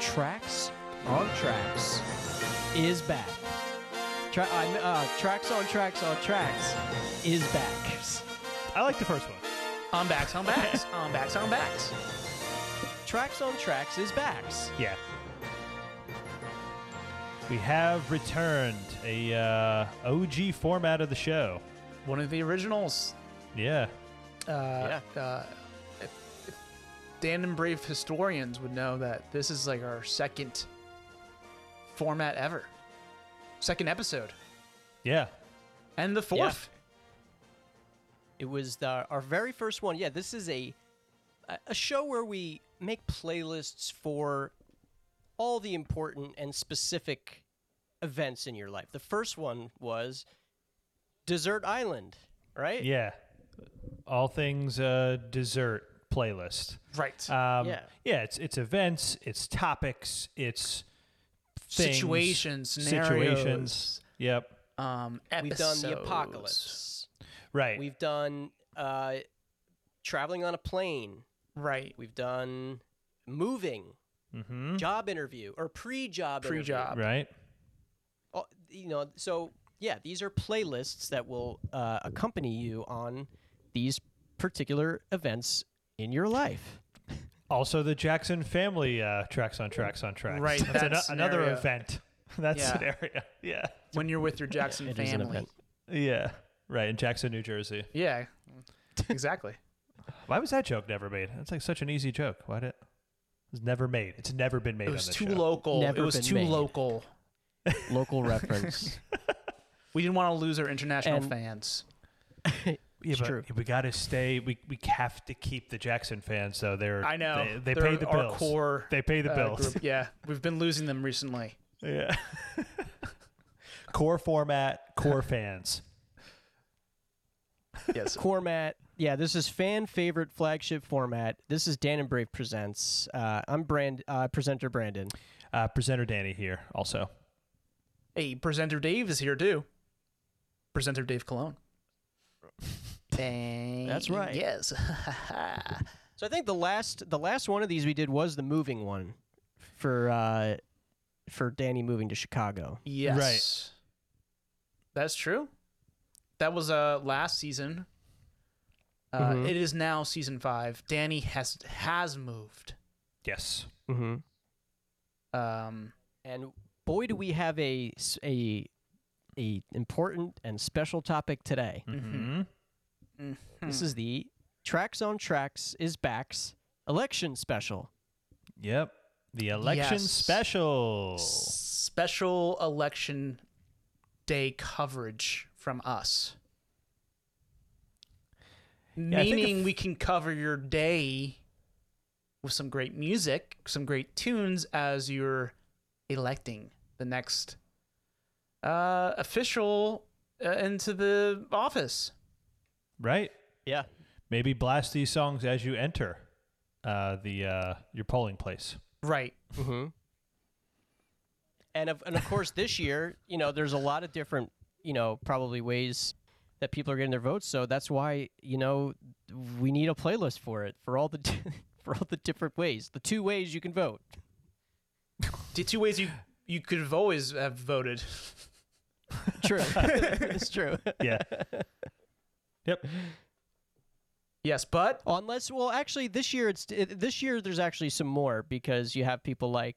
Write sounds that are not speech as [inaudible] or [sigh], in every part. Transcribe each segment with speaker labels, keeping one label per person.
Speaker 1: Tracks on Tracks is back. Tra- I, uh, tracks on Tracks on Tracks is back.
Speaker 2: I like the first one.
Speaker 1: On backs, on backs, on backs, on backs. Tracks on Tracks is backs.
Speaker 2: Yeah. We have returned a uh, OG format of the show.
Speaker 1: One of the originals.
Speaker 2: Yeah.
Speaker 3: Uh, uh, if- if Dan and Brave historians would know that this is like our second format ever, second episode,
Speaker 2: Yeah.
Speaker 3: and the fourth.
Speaker 1: It was the, our very first one. Yeah, this is a a- a show where we make playlists for all the important and specific events in your life. The first one was Desert Island, right?
Speaker 2: Yeah. All things uh, dessert playlist.
Speaker 3: Right.
Speaker 2: Um,
Speaker 1: Yeah.
Speaker 2: yeah, it's it's events, it's topics, it's things,
Speaker 3: Situations,
Speaker 2: situations.
Speaker 3: scenarios.
Speaker 2: Yep.
Speaker 3: um,
Speaker 1: We've done the apocalypse.
Speaker 2: Right.
Speaker 1: We've done uh, traveling on a plane.
Speaker 3: Right.
Speaker 1: We've done moving,
Speaker 2: mm-hmm.
Speaker 1: job interview, or pre-job interview.
Speaker 3: Pre-job.
Speaker 2: Right.
Speaker 1: Oh, you know, so yeah, these are playlists that will uh, accompany you on these particular events in your life.
Speaker 2: Also, the Jackson family uh, tracks on tracks on tracks.
Speaker 3: Right,
Speaker 2: That's
Speaker 3: that
Speaker 2: ano- another
Speaker 3: scenario.
Speaker 2: event. [laughs] That
Speaker 3: Yeah.
Speaker 2: scenario. [laughs] Yeah.
Speaker 3: When
Speaker 1: [laughs]
Speaker 3: you're with your Jackson
Speaker 1: It is an
Speaker 3: family.
Speaker 1: event.
Speaker 2: Yeah. Right. In Jackson, New Jersey. [laughs]
Speaker 3: Yeah. Exactly.
Speaker 2: Why was that joke never made? That's like such an easy joke. Why did it was never made? It's never been made
Speaker 3: it
Speaker 2: on
Speaker 3: was
Speaker 2: this
Speaker 3: too
Speaker 2: show.
Speaker 3: local.
Speaker 1: Never
Speaker 3: it was
Speaker 1: been
Speaker 3: too
Speaker 1: made.
Speaker 3: local.
Speaker 2: [laughs]
Speaker 1: Local reference.
Speaker 3: We didn't want to lose our international
Speaker 1: And-
Speaker 3: fans.
Speaker 2: Yeah,
Speaker 1: It's
Speaker 2: but
Speaker 1: true.
Speaker 2: we gotta stay. We we have to keep the Jackson fans though. They're
Speaker 3: I know.
Speaker 2: they, they
Speaker 3: They're
Speaker 2: pay the
Speaker 3: our
Speaker 2: bills.
Speaker 3: core,
Speaker 2: they pay the
Speaker 3: uh,
Speaker 2: bills.
Speaker 3: group. Yeah. We've been losing them
Speaker 1: [laughs]
Speaker 3: recently.
Speaker 2: [laughs] Yeah. core format,
Speaker 3: [laughs]
Speaker 2: core fans.
Speaker 3: Yes.
Speaker 1: format. Yeah, this is fan favorite flagship format. This is Dan and Brave presents. Uh, I'm brand uh, presenter
Speaker 2: [laughs]
Speaker 1: Brandon.
Speaker 2: Uh, presenter Danny here also.
Speaker 3: Hey, presenter Dave is here too. Presenter Dave Cologne. That's
Speaker 1: right.
Speaker 3: Yes. [laughs]
Speaker 1: So I think the last the last one of these we did was the moving one for uh, for Danny moving to Chicago.
Speaker 3: yes. Right. That's true. That was uh last season. Uh,
Speaker 1: Mhm.
Speaker 3: it is now season five. Danny has has moved.
Speaker 2: Yes.
Speaker 1: Mm-hmm.
Speaker 3: Um,
Speaker 1: And boy, do we have a s- a a important and special topic today.
Speaker 2: Mm-hmm.
Speaker 3: Mm-hmm.
Speaker 1: This is the Tracks on Tracks is Backs election special.
Speaker 2: Yep. The election
Speaker 3: Yes.
Speaker 2: special.
Speaker 3: special election day coverage from us.
Speaker 2: I think
Speaker 3: Meaning
Speaker 2: if-
Speaker 3: we can cover your day with some great music, some great tunes as you're electing the next uh, official uh, into the office.
Speaker 2: Right?
Speaker 1: Yeah.
Speaker 2: Maybe blast these songs as you enter uh, the uh, your polling place.
Speaker 3: Right.
Speaker 1: Mm-hmm. And of and of course, this year, you know, there's a lot of different, you know, probably ways that people are getting their votes. So that's why you know we need a playlist for it for all the [laughs] for all the different ways, the two ways you can vote.
Speaker 3: The two ways you you could have always have voted. [laughs]
Speaker 1: True, [laughs] it's true.
Speaker 2: Yeah. [laughs] yep.
Speaker 3: Yes, but
Speaker 1: Unless, well, actually, this year it's it, this year. There's actually some more because you have people like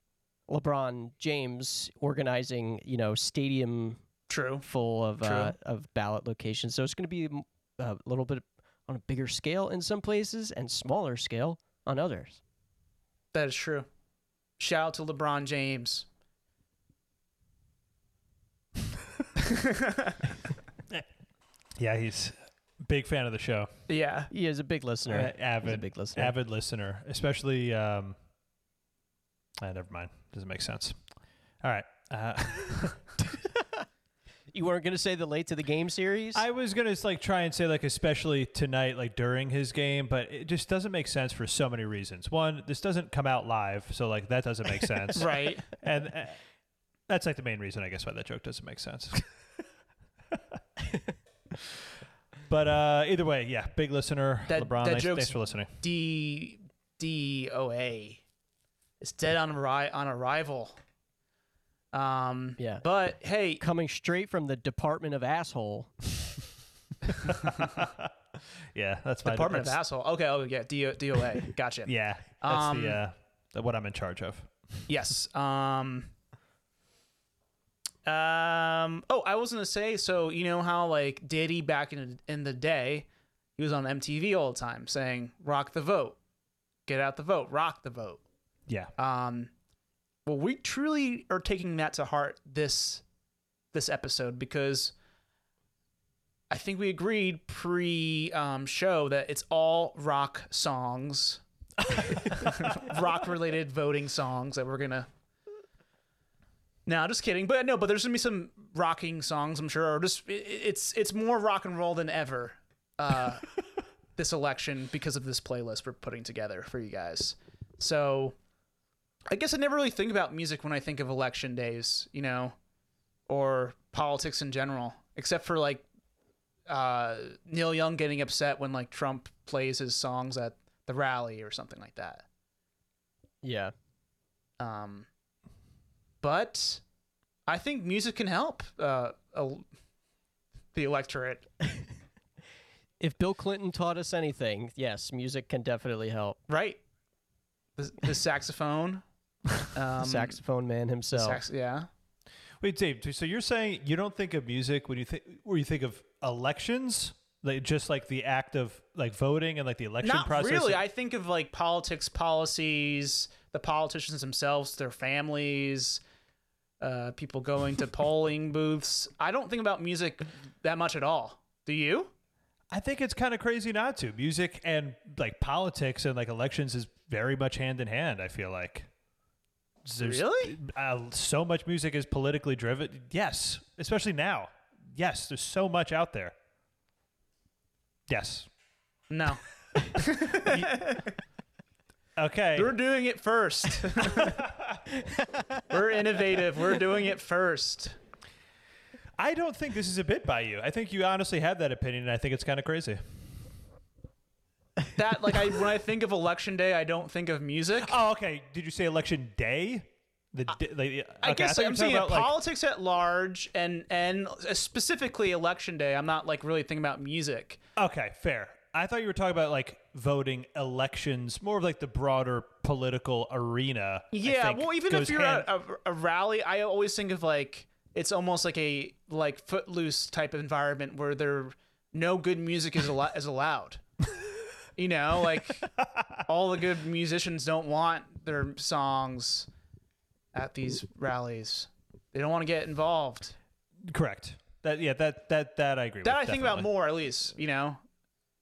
Speaker 1: LeBron James organizing, you know, stadium
Speaker 3: true.
Speaker 1: full of uh,
Speaker 3: True.
Speaker 1: of ballot locations. So it's going to be m- a little bit on a bigger scale in some places and smaller scale on others.
Speaker 3: That is true. Shout out to LeBron James.
Speaker 2: Yeah, he's big fan of the show.
Speaker 3: Yeah.
Speaker 1: He is a big listener.
Speaker 2: Uh, avid,
Speaker 1: He's a big listener.
Speaker 2: avid listener, especially. Um, ah, never mind. Doesn't make sense. All right. Uh, [laughs]
Speaker 1: You weren't going to say the late to the game series.
Speaker 2: I was gonna like try and say like especially tonight, like during his game, but it just doesn't make sense for so many reasons. One, this doesn't come out live, so like that doesn't
Speaker 1: [laughs]
Speaker 2: make sense.
Speaker 3: [laughs] Right.
Speaker 2: And uh, that's like the main reason, I guess, why that joke doesn't make sense. [laughs] but uh, either way, yeah, big listener,
Speaker 3: That-
Speaker 2: LeBron.
Speaker 3: that
Speaker 2: thanks,
Speaker 3: joke's-
Speaker 2: thanks for listening.
Speaker 3: D DOA. It's dead on arri- on arrival. Um,
Speaker 1: Yeah.
Speaker 3: But hey,
Speaker 1: Coming straight from the Department of Asshole.
Speaker 2: yeah, that's my
Speaker 3: Department of
Speaker 2: that's-
Speaker 3: Asshole. Okay. Oh yeah. D- DOA. Gotcha.
Speaker 2: Yeah, that's
Speaker 3: Um,
Speaker 2: the uh, the- what I'm in charge of.
Speaker 3: Yes. Um. Um. Oh, I was gonna say. So you know how like Diddy back in in the day, he was on MTV all the time saying "Rock the vote, get out the vote, rock the vote."
Speaker 2: Yeah,
Speaker 3: Um. Well, we truly are taking that to heart this this episode because I think we agreed pre um, show that it's all rock songs, [laughs] rock related voting songs that we're gonna. No, just kidding. But no, but there's gonna be some rocking songs, I'm sure. Or just i- i- it's it's more rock and roll than ever. Uh, this election because of this playlist we're putting together for you guys. So, I guess I never really think about music when I think of election days. You know, or politics in general, except for like uh, Neil Young getting upset when like Trump plays his songs at the rally or something like that.
Speaker 1: Yeah.
Speaker 3: Um, but I think music can help uh, el- the electorate.
Speaker 1: If Bill Clinton taught us anything, yes, music can definitely help.
Speaker 3: Right. The, the saxophone. Um,
Speaker 1: The saxophone man himself.
Speaker 3: sax- yeah.
Speaker 2: wait, Dave. t- So you're saying you don't think of music when you think where you think of elections, like just like the act of like voting and like the election
Speaker 3: Not
Speaker 2: process.
Speaker 3: really. I think of like politics, policies, the politicians themselves, their families, uh, people
Speaker 2: [laughs]
Speaker 3: going to polling booths. I don't think about music that much at all. Do you?
Speaker 2: I think it's kind of crazy not to. Music and like politics and like elections is very much hand in hand. I feel like. There's,
Speaker 3: Really?
Speaker 2: Uh, so much music is politically driven. Yes, especially now. Yes, there's so much out there. Yes. [laughs]
Speaker 3: No.
Speaker 2: Okay.
Speaker 3: We're doing it first. [laughs] We're innovative. We're doing it first.
Speaker 2: I don't think this is a bit by you. I think you honestly have that opinion, and I think it's kind of crazy.
Speaker 3: That like I when I think of election day, I don't think of music.
Speaker 2: Oh, okay. Did you say election day? The, d- like, okay,
Speaker 3: I guess
Speaker 2: thought you
Speaker 3: I'm
Speaker 2: were
Speaker 3: saying
Speaker 2: talking about, like,
Speaker 3: politics at large and and specifically election day. I'm not like really thinking about music.
Speaker 2: Okay, fair. I thought you were talking about like voting elections, more of like the broader political arena. I
Speaker 3: Yeah,
Speaker 2: think,
Speaker 3: well, even
Speaker 2: goes
Speaker 3: if you're
Speaker 2: hand-
Speaker 3: at a, a rally, I always think of like it's almost like a like footloose type of environment where there no good music is al-
Speaker 2: [laughs]
Speaker 3: is allowed. You know, like all the good musicians don't want their songs at these rallies. They don't want to get involved.
Speaker 2: correct. That yeah, that that that I agree
Speaker 3: That I
Speaker 2: with.
Speaker 3: think about
Speaker 2: definitely.
Speaker 3: more, at least. You know,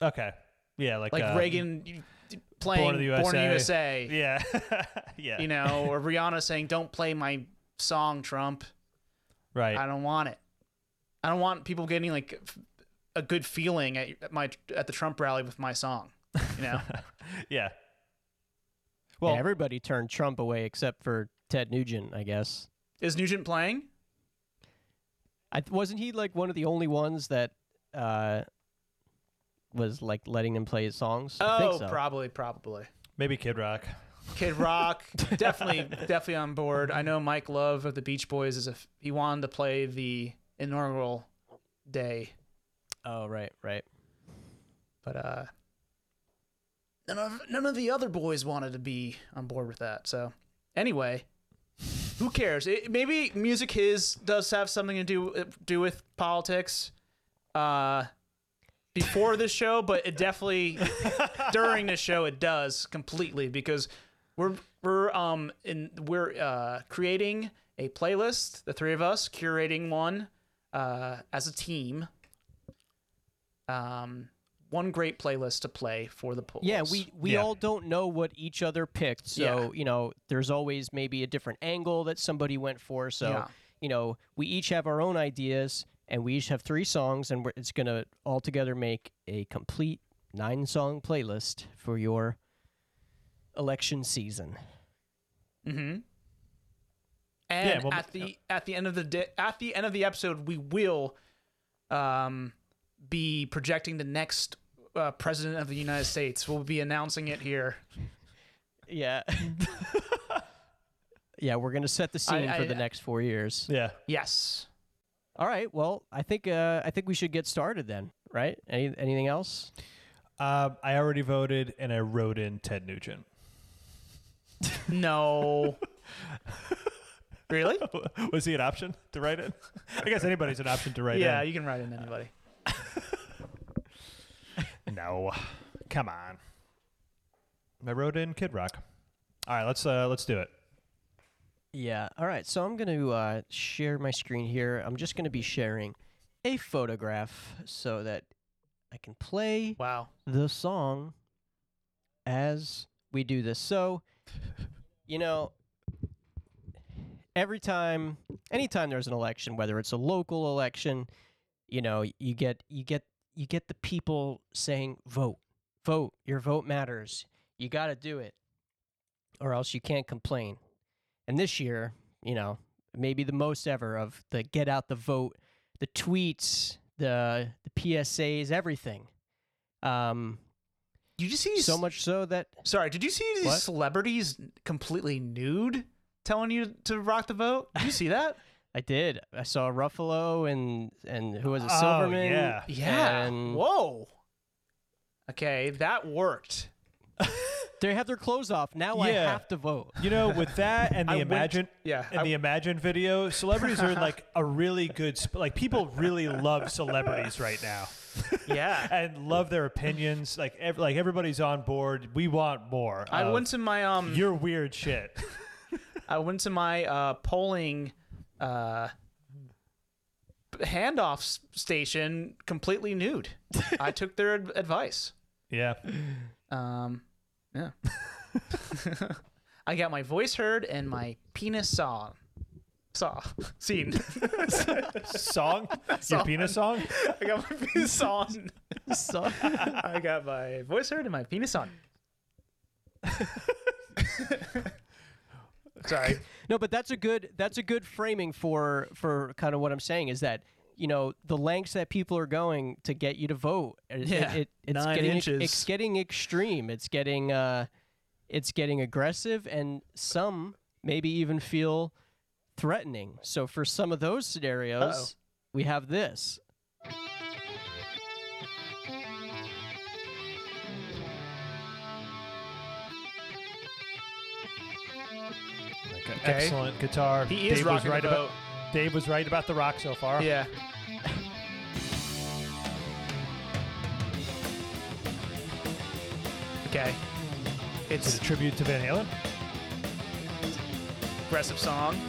Speaker 2: Okay. Yeah, like
Speaker 3: like
Speaker 2: uh,
Speaker 3: Reagan you- playing
Speaker 2: Born in the
Speaker 3: Born in the
Speaker 2: USA.
Speaker 3: USA.
Speaker 2: Yeah, [laughs] yeah.
Speaker 3: You know, or Rihanna saying, "Don't play my song, Trump."
Speaker 2: right.
Speaker 3: I don't want it. I don't want people getting like f- a good feeling at at my at the Trump rally with my song.
Speaker 1: [laughs]
Speaker 3: You know,
Speaker 1: Yeah,
Speaker 2: yeah. Well,
Speaker 1: everybody turned Trump away except for Ted Nugent, I guess.
Speaker 3: is Nugent playing?
Speaker 1: I, wasn't he like one of the only ones that uh, was like letting them play his songs? I think
Speaker 3: Oh,
Speaker 1: so.
Speaker 3: probably, probably.
Speaker 2: maybe Kid Rock.
Speaker 1: [laughs]
Speaker 3: Kid Rock, definitely, definitely on board. I know Mike Love of the Beach Boys is if he wanted to play the inaugural day,
Speaker 1: oh, right, right.
Speaker 3: but uh, none of none of the other boys wanted to be on board with that. So, anyway. Who cares? It, maybe music his does have something to do do with politics. Uh, before this show, but it definitely during this show it does completely because we're we're um in we're uh creating a playlist, the three of us curating one uh as a team. Um, one great playlist to play for the polls.
Speaker 1: Yeah, we we
Speaker 2: Yeah.
Speaker 1: all don't know what each other picked, so you know, there's always maybe a different angle that somebody went for. So
Speaker 3: Yeah.
Speaker 1: you know, we each have our own ideas, and we each have three songs, and we're, it's gonna all together make a complete nine song playlist for your election season.
Speaker 3: Mm-hmm. And
Speaker 2: well,
Speaker 3: at the at the end of the day, at the end of the episode, we will um, be projecting the next uh, president of the United States. We'll be announcing it here.
Speaker 1: Yeah. [laughs] yeah, we're gonna set the scene
Speaker 3: I-
Speaker 1: for the
Speaker 3: I-
Speaker 1: next four years.
Speaker 2: Yeah.
Speaker 3: Yes.
Speaker 1: All right. Well, I think uh, I think we should get started then. Right? Any anything else?
Speaker 2: Um, I already voted and I wrote in Ted Nugent. [laughs]
Speaker 3: No. really?
Speaker 2: Was he an option to write in? [laughs] I guess anybody's an option to write
Speaker 3: yeah,
Speaker 2: in.
Speaker 3: you can write in anybody.
Speaker 2: No, come on. I wrote in Kid Rock. All right, let's uh, let's do it.
Speaker 1: Yeah. All right. So I'm going to uh, share my screen here. I'm just going to be sharing a photograph so that I can play
Speaker 3: Wow.
Speaker 1: the song as we do this. So, you know, every time, anytime there's an election, whether it's a local election, you know, you get you get you get the people saying, "Vote, vote. Your vote matters. You got to do it, or else you can't complain." And this year, you know, maybe the most ever of the get out the vote, the tweets, the the PSAs, everything. Um,
Speaker 3: You just see
Speaker 1: so much so that
Speaker 3: Sorry, did you see these
Speaker 2: What?
Speaker 3: celebrities completely nude telling you to rock the vote? Did you
Speaker 2: [laughs]
Speaker 3: see that?
Speaker 1: I did. I saw Ruffalo and and who was it?
Speaker 2: Oh,
Speaker 1: Silverman.
Speaker 2: yeah.
Speaker 3: yeah.
Speaker 1: And-
Speaker 3: Whoa. Okay, that worked.
Speaker 1: They have their clothes off. Now I
Speaker 2: Yeah.
Speaker 1: have to vote.
Speaker 2: You know, with that and
Speaker 3: I
Speaker 2: the
Speaker 3: went-
Speaker 2: Imagine
Speaker 3: yeah,
Speaker 2: and
Speaker 3: I-
Speaker 2: the Imagine video, celebrities are like a really good sp- like people really love celebrities right now
Speaker 3: [laughs]
Speaker 2: [laughs]
Speaker 3: Yeah.
Speaker 2: and love their opinions. Like ev- like everybody's on board. We want more.
Speaker 3: I
Speaker 2: of
Speaker 3: went to my um
Speaker 2: your weird shit.
Speaker 3: I went to my uh polling uh handoff s- station completely nude. I took their ad- advice.
Speaker 2: yeah.
Speaker 3: Um yeah. [laughs] I got my voice heard and my penis saw saw seen. [laughs]
Speaker 2: Song? Your penis song?
Speaker 3: I got my penis on.
Speaker 1: So-
Speaker 3: I got my voice heard and my penis on. Sorry.
Speaker 1: [laughs] no, but that's a good that's a good framing for for kind of what I'm saying is that you know the lengths that people are going to get you to vote. It,
Speaker 3: Yeah,
Speaker 1: it, it- it's
Speaker 3: nine
Speaker 1: getting ex-
Speaker 3: inches.
Speaker 1: it's getting extreme. It's getting uh, it's getting aggressive, and some maybe even feel threatening. So for some of those scenarios, we have this.
Speaker 2: Like an Excellent guitar.
Speaker 3: He is
Speaker 2: Dave was
Speaker 3: rocking
Speaker 2: right
Speaker 3: the
Speaker 2: about
Speaker 3: boat.
Speaker 2: Dave was right about the rock so far.
Speaker 3: [laughs] Yeah. Okay.
Speaker 2: Is
Speaker 3: It's
Speaker 2: it a tribute to Van Halen?
Speaker 3: aggressive song.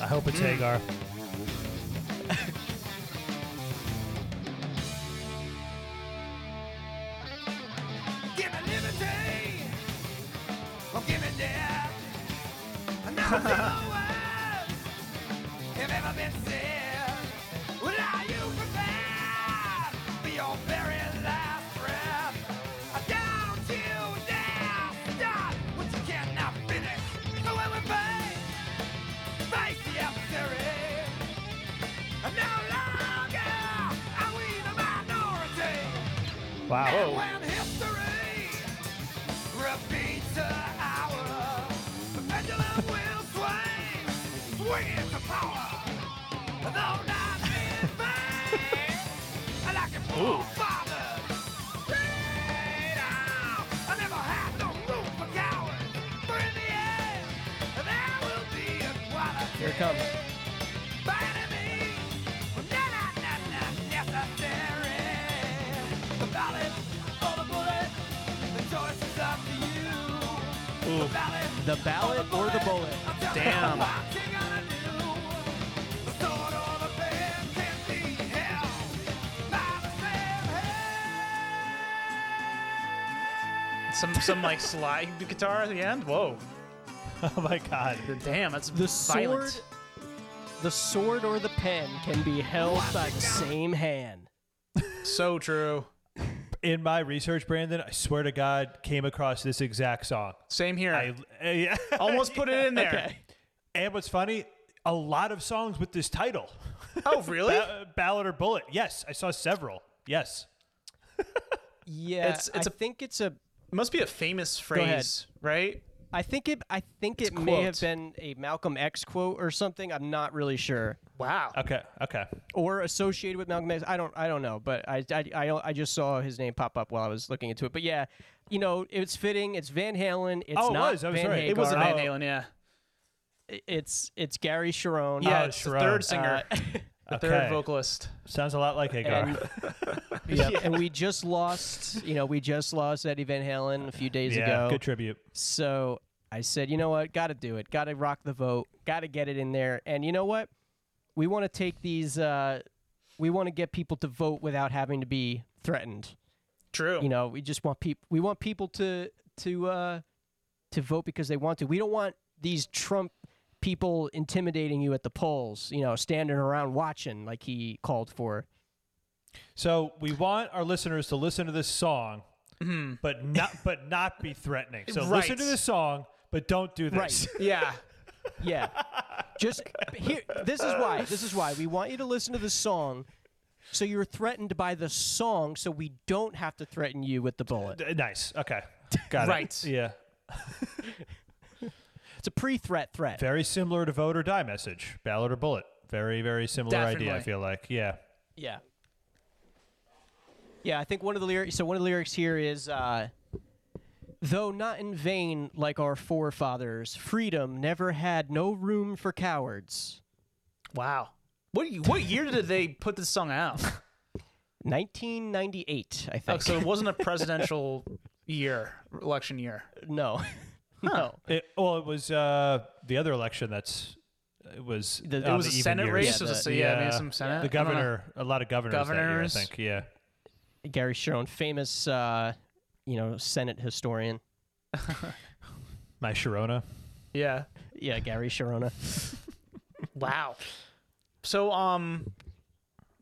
Speaker 2: I hope it's
Speaker 3: Mm.
Speaker 2: Hagar.
Speaker 4: Give me liberty or give me death. And now the words have ever been said. Well, are you prepared for your very last breath? Down to death, start what you cannot finish. So when we face, face the adversary. And no longer are we the minority.
Speaker 2: Wow.
Speaker 4: And when history repeats the hour, the pendulum will swing, swing into power. Though not in vain, like your forefathers. Freedom, I never had no room for cowards. For in the end, there will be equality.
Speaker 1: Here it comes.
Speaker 4: By any means, well, not, not, not, not necessary. The ballot or the bullet, the choice is up to you. The ballot,
Speaker 1: The ballot or the bullet?
Speaker 4: I'm telling
Speaker 1: [laughs]
Speaker 3: Damn.
Speaker 4: you what you gonna do. The sword or the band can be held by the same hand.
Speaker 3: Some
Speaker 1: [laughs]
Speaker 3: some like slide guitar at the end. Whoa.
Speaker 2: [laughs] Oh my god.
Speaker 3: Damn, that's
Speaker 1: The
Speaker 3: violent.
Speaker 1: sword, the sword or the pen can be held by the same hand.
Speaker 3: So true.
Speaker 2: In my research, Brandon, I swear to God, came across this exact song.
Speaker 3: Same here.
Speaker 2: I, eh, yeah.
Speaker 3: [laughs] Almost put it in there.
Speaker 1: Okay.
Speaker 2: And what's funny, a lot of songs with this title,
Speaker 3: [laughs] Oh, really?
Speaker 2: Ba- ballad or bullet. Yes, I saw several. Yes.
Speaker 1: Yeah,
Speaker 3: It's- it's
Speaker 1: I
Speaker 3: a-
Speaker 1: think it's a
Speaker 3: must be a famous
Speaker 1: ahead.
Speaker 3: phrase, right?
Speaker 1: I think it. I think it
Speaker 3: a
Speaker 1: may have
Speaker 3: quote.
Speaker 1: been a Malcolm X quote or something. I'm not really sure,
Speaker 3: Wow.
Speaker 2: Okay. Okay.
Speaker 1: or associated with Malcolm X. I don't. I don't know. But I. I. I, I just saw his name pop up while I was looking into it. But yeah, you know, it's fitting. It's Van Halen. It's
Speaker 2: Oh, it
Speaker 1: not
Speaker 2: was. I was
Speaker 1: Van
Speaker 2: right.
Speaker 1: Hagar.
Speaker 2: It
Speaker 3: It was a Van
Speaker 2: Oh.
Speaker 3: Halen, yeah.
Speaker 1: I- It's it's Gary Sharon.
Speaker 3: Yeah,
Speaker 2: Oh,
Speaker 3: it's the
Speaker 2: Sharon.
Speaker 3: third singer,
Speaker 1: Uh,
Speaker 3: the
Speaker 2: Okay.
Speaker 3: third vocalist.
Speaker 2: Sounds a lot like Hagar.
Speaker 1: and, [laughs] yeah, and we just lost. You know, we just lost Eddie Van Halen a few days
Speaker 2: yeah.
Speaker 1: ago.
Speaker 2: Good tribute.
Speaker 1: So I said, you know what? Got to do it. Got to rock the vote. Got to get it in there. And you know what? We want to take these. Uh, we want to get people to vote without having to be threatened.
Speaker 3: True.
Speaker 1: You know, we just want people. We want people to to uh, to vote because they want to. We don't want these Trump people intimidating you at the polls. You know, standing around watching like he called for.
Speaker 2: So we want our listeners to listen to this song, but not but not be threatening. So listen
Speaker 3: Mm-hmm. Right.
Speaker 2: to this song, but don't do this.
Speaker 3: yeah. [laughs]
Speaker 1: Yeah. Just here. This is why. This is why we want you to listen to the song, so you're threatened by the song, so we don't have to threaten you with the bullet.
Speaker 2: D- [laughs] nice. Okay. Got
Speaker 3: Right.
Speaker 2: it. Yeah.
Speaker 1: It's a pre-threat threat.
Speaker 2: Very similar to vote or die message, ballot or bullet. Very very similar idea. I
Speaker 3: Definitely.
Speaker 2: feel like. Yeah.
Speaker 1: Yeah. Yeah, I think one of the lyrics. So one of the lyrics here is, uh, though not in vain, like our forefathers, freedom never had no room for cowards.
Speaker 3: Wow. What what year did they put this song out?
Speaker 1: 1998, I
Speaker 3: Oh,
Speaker 1: think.
Speaker 3: so
Speaker 2: [laughs]
Speaker 3: it wasn't a presidential year, election year.
Speaker 1: [laughs] no, no.
Speaker 2: It, well, it was uh, the other election. That's it was.
Speaker 1: The- it
Speaker 2: on
Speaker 3: It was
Speaker 2: the
Speaker 3: a
Speaker 2: even
Speaker 3: Senate
Speaker 2: years.
Speaker 3: race.
Speaker 1: Yeah,
Speaker 3: it was a,
Speaker 2: the-
Speaker 3: yeah,
Speaker 2: yeah.
Speaker 3: maybe some Senate.
Speaker 2: The
Speaker 3: I don't know.
Speaker 2: governor, a lot of governors.
Speaker 3: Governors.
Speaker 2: That year, I think. Yeah.
Speaker 1: Gary Sharon, famous, uh, you know, Senate historian.
Speaker 2: My Sharona.
Speaker 3: Yeah.
Speaker 1: Yeah, Gary Sharona.
Speaker 3: Wow. So um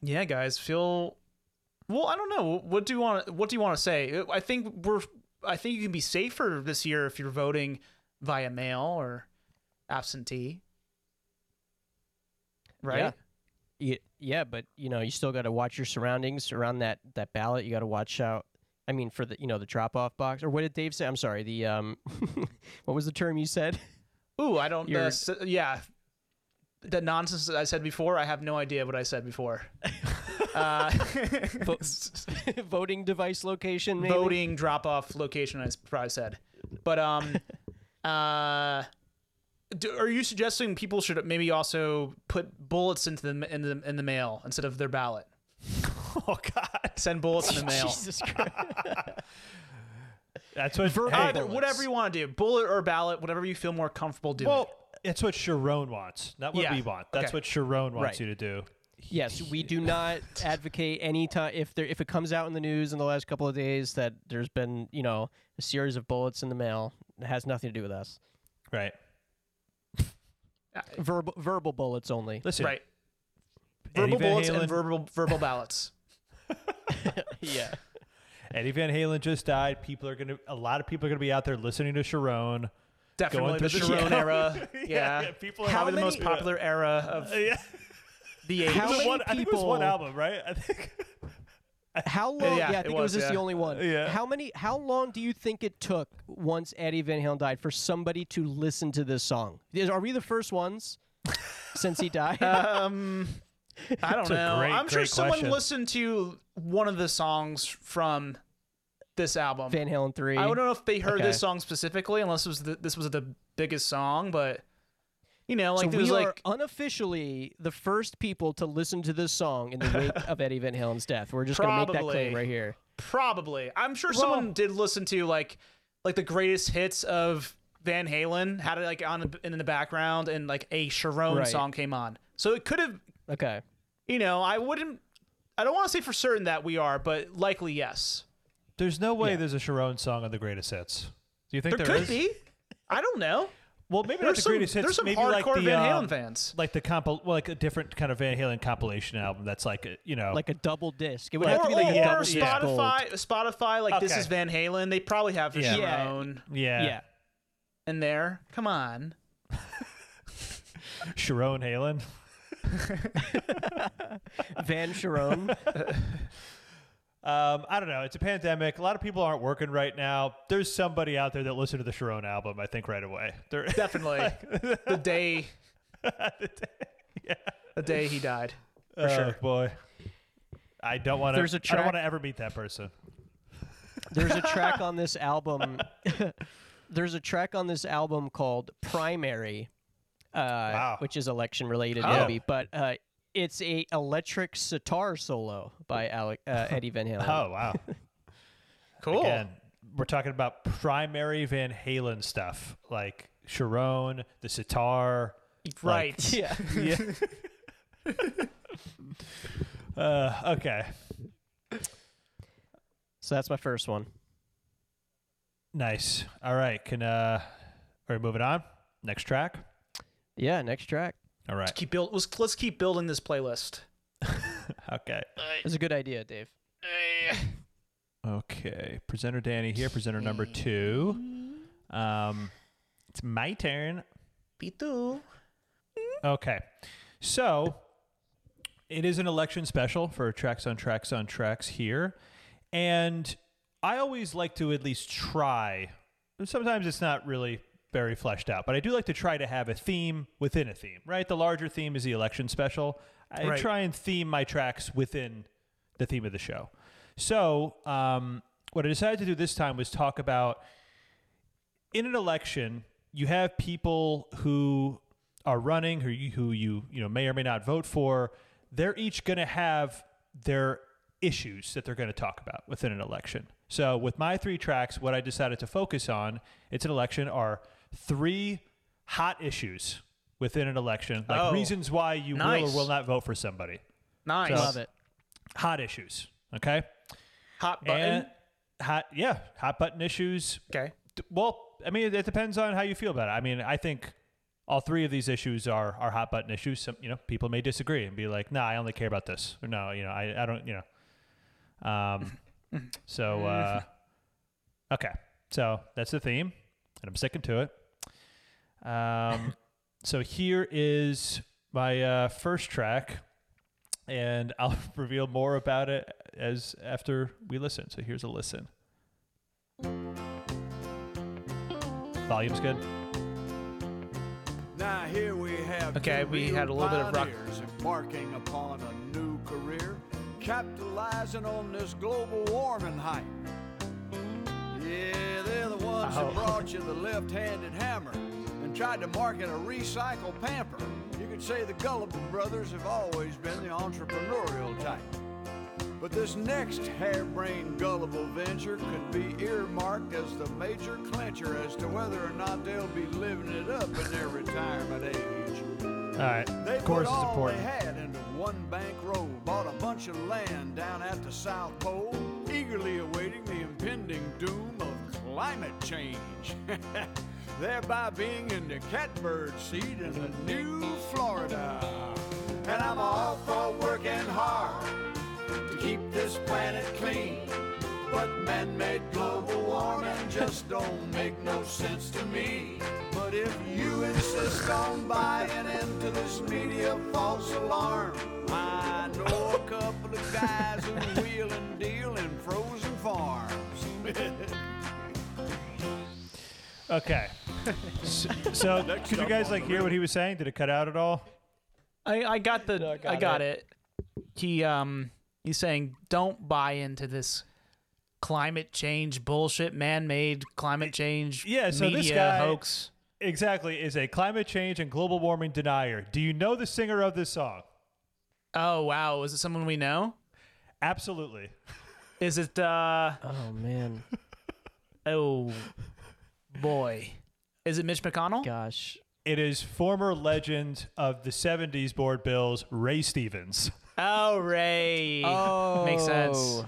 Speaker 3: yeah guys, feel well, I don't know. What do you want what do you want to say? Uh, I think we're I think you can be safer this year if you're voting via mail or absentee. Right?
Speaker 1: Yeah. Ye- Yeah, but you know, you still got to watch your surroundings around that that ballot. You got to watch out. I mean, for the you know the drop off box or what did Dave say? I'm sorry. The um, [laughs] what was the term you said? [laughs]
Speaker 3: Ooh, I don't
Speaker 1: You're-
Speaker 3: know. yeah. The nonsense that I said before, I have no idea what I
Speaker 2: [laughs]
Speaker 3: said before. uh, [laughs]
Speaker 1: Voting device location. Maybe? [laughs]
Speaker 3: voting drop off location I s- probably said. But um uh do, are you suggesting people should maybe also put bullets into the ma- in the in the mail instead of their
Speaker 1: [laughs]
Speaker 3: ballot?
Speaker 2: Oh God.
Speaker 3: Send bullets in the mail.
Speaker 1: Jesus Christ.
Speaker 2: That's what.
Speaker 3: Either
Speaker 1: bullets.
Speaker 3: whatever you want to do, bullet or ballot, whatever you feel more comfortable doing.
Speaker 2: Well, it's what Sharon wants, not what
Speaker 3: Yeah.
Speaker 2: we want. That's
Speaker 3: Okay.
Speaker 2: what Sharon wants
Speaker 1: Right.
Speaker 2: you to do.
Speaker 1: yes, we do not advocate any time if there if it comes out in the news in the last couple of days that there's been you know a series of bullets in the mail. It has nothing to do with us.
Speaker 2: Right.
Speaker 1: Verbal verbal bullets
Speaker 3: [laughs]
Speaker 1: only.
Speaker 2: Listen.
Speaker 3: Uh, right.
Speaker 2: Eddie
Speaker 3: Verbal
Speaker 2: Van
Speaker 3: bullets
Speaker 2: Halen-
Speaker 3: and verbal verbal ballots.
Speaker 1: yeah.
Speaker 2: Eddie Van Halen just died. People are gonna. A lot of people are gonna be out there listening to Sharon.
Speaker 3: Definitely the
Speaker 2: through the
Speaker 3: Sharon
Speaker 2: show. [laughs]
Speaker 3: era. Yeah.
Speaker 2: people
Speaker 1: How
Speaker 3: Probably the most
Speaker 1: many-
Speaker 3: popular era of
Speaker 2: Yeah.
Speaker 3: the 80s.
Speaker 1: How
Speaker 2: It was
Speaker 1: many
Speaker 2: one- I think it was one
Speaker 1: people-
Speaker 2: album, right? I think. [laughs]
Speaker 1: How long? Yeah,
Speaker 3: yeah,
Speaker 1: I
Speaker 3: it
Speaker 1: think it was,
Speaker 3: was,
Speaker 1: just the
Speaker 3: yeah.
Speaker 1: only one.
Speaker 2: Yeah.
Speaker 1: How many? How long do you think it took once Eddie Van Halen died for somebody to listen to this song? Is- Are we the first ones since he
Speaker 3: [laughs]
Speaker 1: died? [laughs]
Speaker 3: Um, I don't
Speaker 2: a
Speaker 3: know.
Speaker 2: great,
Speaker 3: I'm sure
Speaker 2: great
Speaker 3: someone
Speaker 2: question.
Speaker 3: listened to one of the songs from this album.
Speaker 1: Van Halen three.
Speaker 3: I don't know if they heard
Speaker 1: Okay.
Speaker 3: this song specifically, unless it was the, this was the biggest song. But you know,
Speaker 1: so
Speaker 3: like it
Speaker 1: we
Speaker 3: was
Speaker 1: are
Speaker 3: like
Speaker 1: unofficially the first people to listen to this song in the
Speaker 3: [laughs]
Speaker 1: wake of Eddie Van Halen's death. We're just going to make that claim
Speaker 3: Probably.
Speaker 1: right here.
Speaker 3: probably. I'm sure someone did listen to like like the greatest hits of Van Halen had it like on the, in the background, and like a Sharon
Speaker 1: Right.
Speaker 3: song came on. So it could have,
Speaker 1: Okay.
Speaker 3: you know, I wouldn't. I don't want to say for certain that we are, but likely yes.
Speaker 2: There's no way there's a Sharon song on the greatest hits. Do you think
Speaker 3: There
Speaker 2: there
Speaker 3: could
Speaker 2: is?
Speaker 3: be. I don't know.
Speaker 2: Well, maybe not
Speaker 3: There's
Speaker 2: the
Speaker 3: some,
Speaker 2: greatest hits.
Speaker 3: there's some
Speaker 2: maybe
Speaker 3: hardcore
Speaker 2: like the
Speaker 3: Van Halen
Speaker 2: um,
Speaker 3: fans.
Speaker 2: like the compo- well, like a different kind of Van Halen compilation album. That's like a, you know,
Speaker 1: Like a double disc. It would
Speaker 2: Or-
Speaker 1: have to
Speaker 3: Or,
Speaker 1: be like
Speaker 2: or-
Speaker 1: a double
Speaker 2: or
Speaker 1: disc. gold.
Speaker 3: Spotify, Spotify, like this
Speaker 2: Okay.
Speaker 3: is Van Halen. They probably have
Speaker 2: Yeah.
Speaker 3: their
Speaker 1: Yeah.
Speaker 3: own
Speaker 2: yeah,
Speaker 1: Yeah.
Speaker 3: in there. Come on.
Speaker 2: Sharon Halen.
Speaker 1: Van Sharon.
Speaker 2: Um, I don't know. It's a pandemic. A lot of people aren't working right now. There's somebody out there that listened to the Sharon album, I think, right away. There, [laughs]
Speaker 3: Definitely. the day the day he died.
Speaker 2: for
Speaker 3: Uh,
Speaker 2: sure. oh, Boy, I don't want
Speaker 1: There's a
Speaker 2: to. I don't
Speaker 1: track-
Speaker 2: want to ever meet that person.
Speaker 1: There's a track on this album. [laughs] there's a track on this album called Primary, uh, which is election related,
Speaker 2: Oh.
Speaker 1: maybe, but uh, it's a electric sitar solo by Alec, uh, Eddie Van Halen.
Speaker 2: Oh wow.
Speaker 3: Cool.
Speaker 2: Again, we're talking about primary Van Halen stuff, like Sharon, the sitar.
Speaker 3: right.
Speaker 1: [laughs]
Speaker 3: [laughs]
Speaker 1: Yeah.
Speaker 2: Yeah. uh, okay.
Speaker 1: So that's my first one.
Speaker 2: Nice. All right. Can uh, are we moving on? Next track.
Speaker 1: Yeah. Next track.
Speaker 2: All right.
Speaker 3: keep build let's, let's keep building this playlist.
Speaker 2: Okay.
Speaker 1: That's a good idea, Dave.
Speaker 2: Okay. Presenter Danny here. Presenter number two. Um, it's my turn.
Speaker 3: Pitu.
Speaker 2: Okay. So it is an election special for Tracks on Tracks on Tracks here. And I always like to at least try. Sometimes it's not really very fleshed out, but I do like to try to have a theme within a theme, right? The larger theme is the election special. I
Speaker 3: Right.
Speaker 2: try and theme my tracks within the theme of the show. So, um, what I decided to do this time was talk about in an election, you have people who are running, who you, who you you know may or may not vote for. They're each going to have their issues that they're going to talk about within an election. So with my three tracks, what I decided to focus on, it's an election, are three hot issues within an election, like
Speaker 3: Oh.
Speaker 2: reasons why you
Speaker 3: Nice.
Speaker 2: will or will not vote for somebody.
Speaker 3: Nice.
Speaker 2: So-
Speaker 1: Love it.
Speaker 2: Hot issues, okay?
Speaker 3: Hot button.
Speaker 2: And hot, yeah, hot button issues.
Speaker 3: okay.
Speaker 2: D- Well, I mean, it depends on how you feel about it. I mean, I think all three of these issues are are hot button issues. Some, you know, people may disagree and be like, "Nah, I only care about this," or "No, you know, I, I don't," you know. Um, so uh, okay, so that's the theme, and I'm sticking to it. Um, so here is my uh, first track, and I'll [laughs] reveal more about it as after we listen. So here's a listen. Volume's good.
Speaker 5: Now here we have
Speaker 3: Okay,
Speaker 5: two
Speaker 3: we
Speaker 5: real
Speaker 3: had a little bit of rock-
Speaker 5: pioneers embarking upon a new career, capitalizing on this global warming hype. Yeah, they're the ones
Speaker 3: Oh.
Speaker 5: that brought you the left-handed hammer and tried to market a recycled pamper. You could say the Gullible brothers have always been the entrepreneurial type. But this next harebrained gullible venture could be earmarked as the major clincher as to whether or not they'll be living it up in their retirement age.
Speaker 2: All right.
Speaker 5: They
Speaker 2: Of course,
Speaker 5: put
Speaker 2: it's
Speaker 5: all
Speaker 2: important.
Speaker 5: they had into one bank road, bought a bunch of land down at the South Pole, eagerly awaiting the impending doom of climate change, [laughs] thereby being in the catbird seat in the new Florida. And I'm all for working hard to keep this planet clean. But man-made global warming just don't make no sense to me. But if you insist on buying into this media false alarm, I know a couple of guys who wheel and deal in frozen farms.
Speaker 2: Okay. S- so, could you guys like hear what he was saying? Did it cut out at all?
Speaker 3: I, I got the I got,
Speaker 1: got
Speaker 3: it. He um he's saying don't buy into this climate change bullshit, man-made climate change
Speaker 2: yeah, so
Speaker 3: media
Speaker 2: this guy-
Speaker 3: hoax.
Speaker 2: Exactly. Is a climate change and global warming denier. Do you know the singer of this song?
Speaker 3: Oh wow, is it someone we know?
Speaker 2: Absolutely.
Speaker 3: Is it uh
Speaker 1: Oh [laughs] man,
Speaker 3: oh boy. Is it Mitch McConnell?
Speaker 1: gosh.
Speaker 2: It is former legend of the 70s board bills, Ray Stevens.
Speaker 3: Oh Ray.
Speaker 1: Oh,
Speaker 3: Makes sense.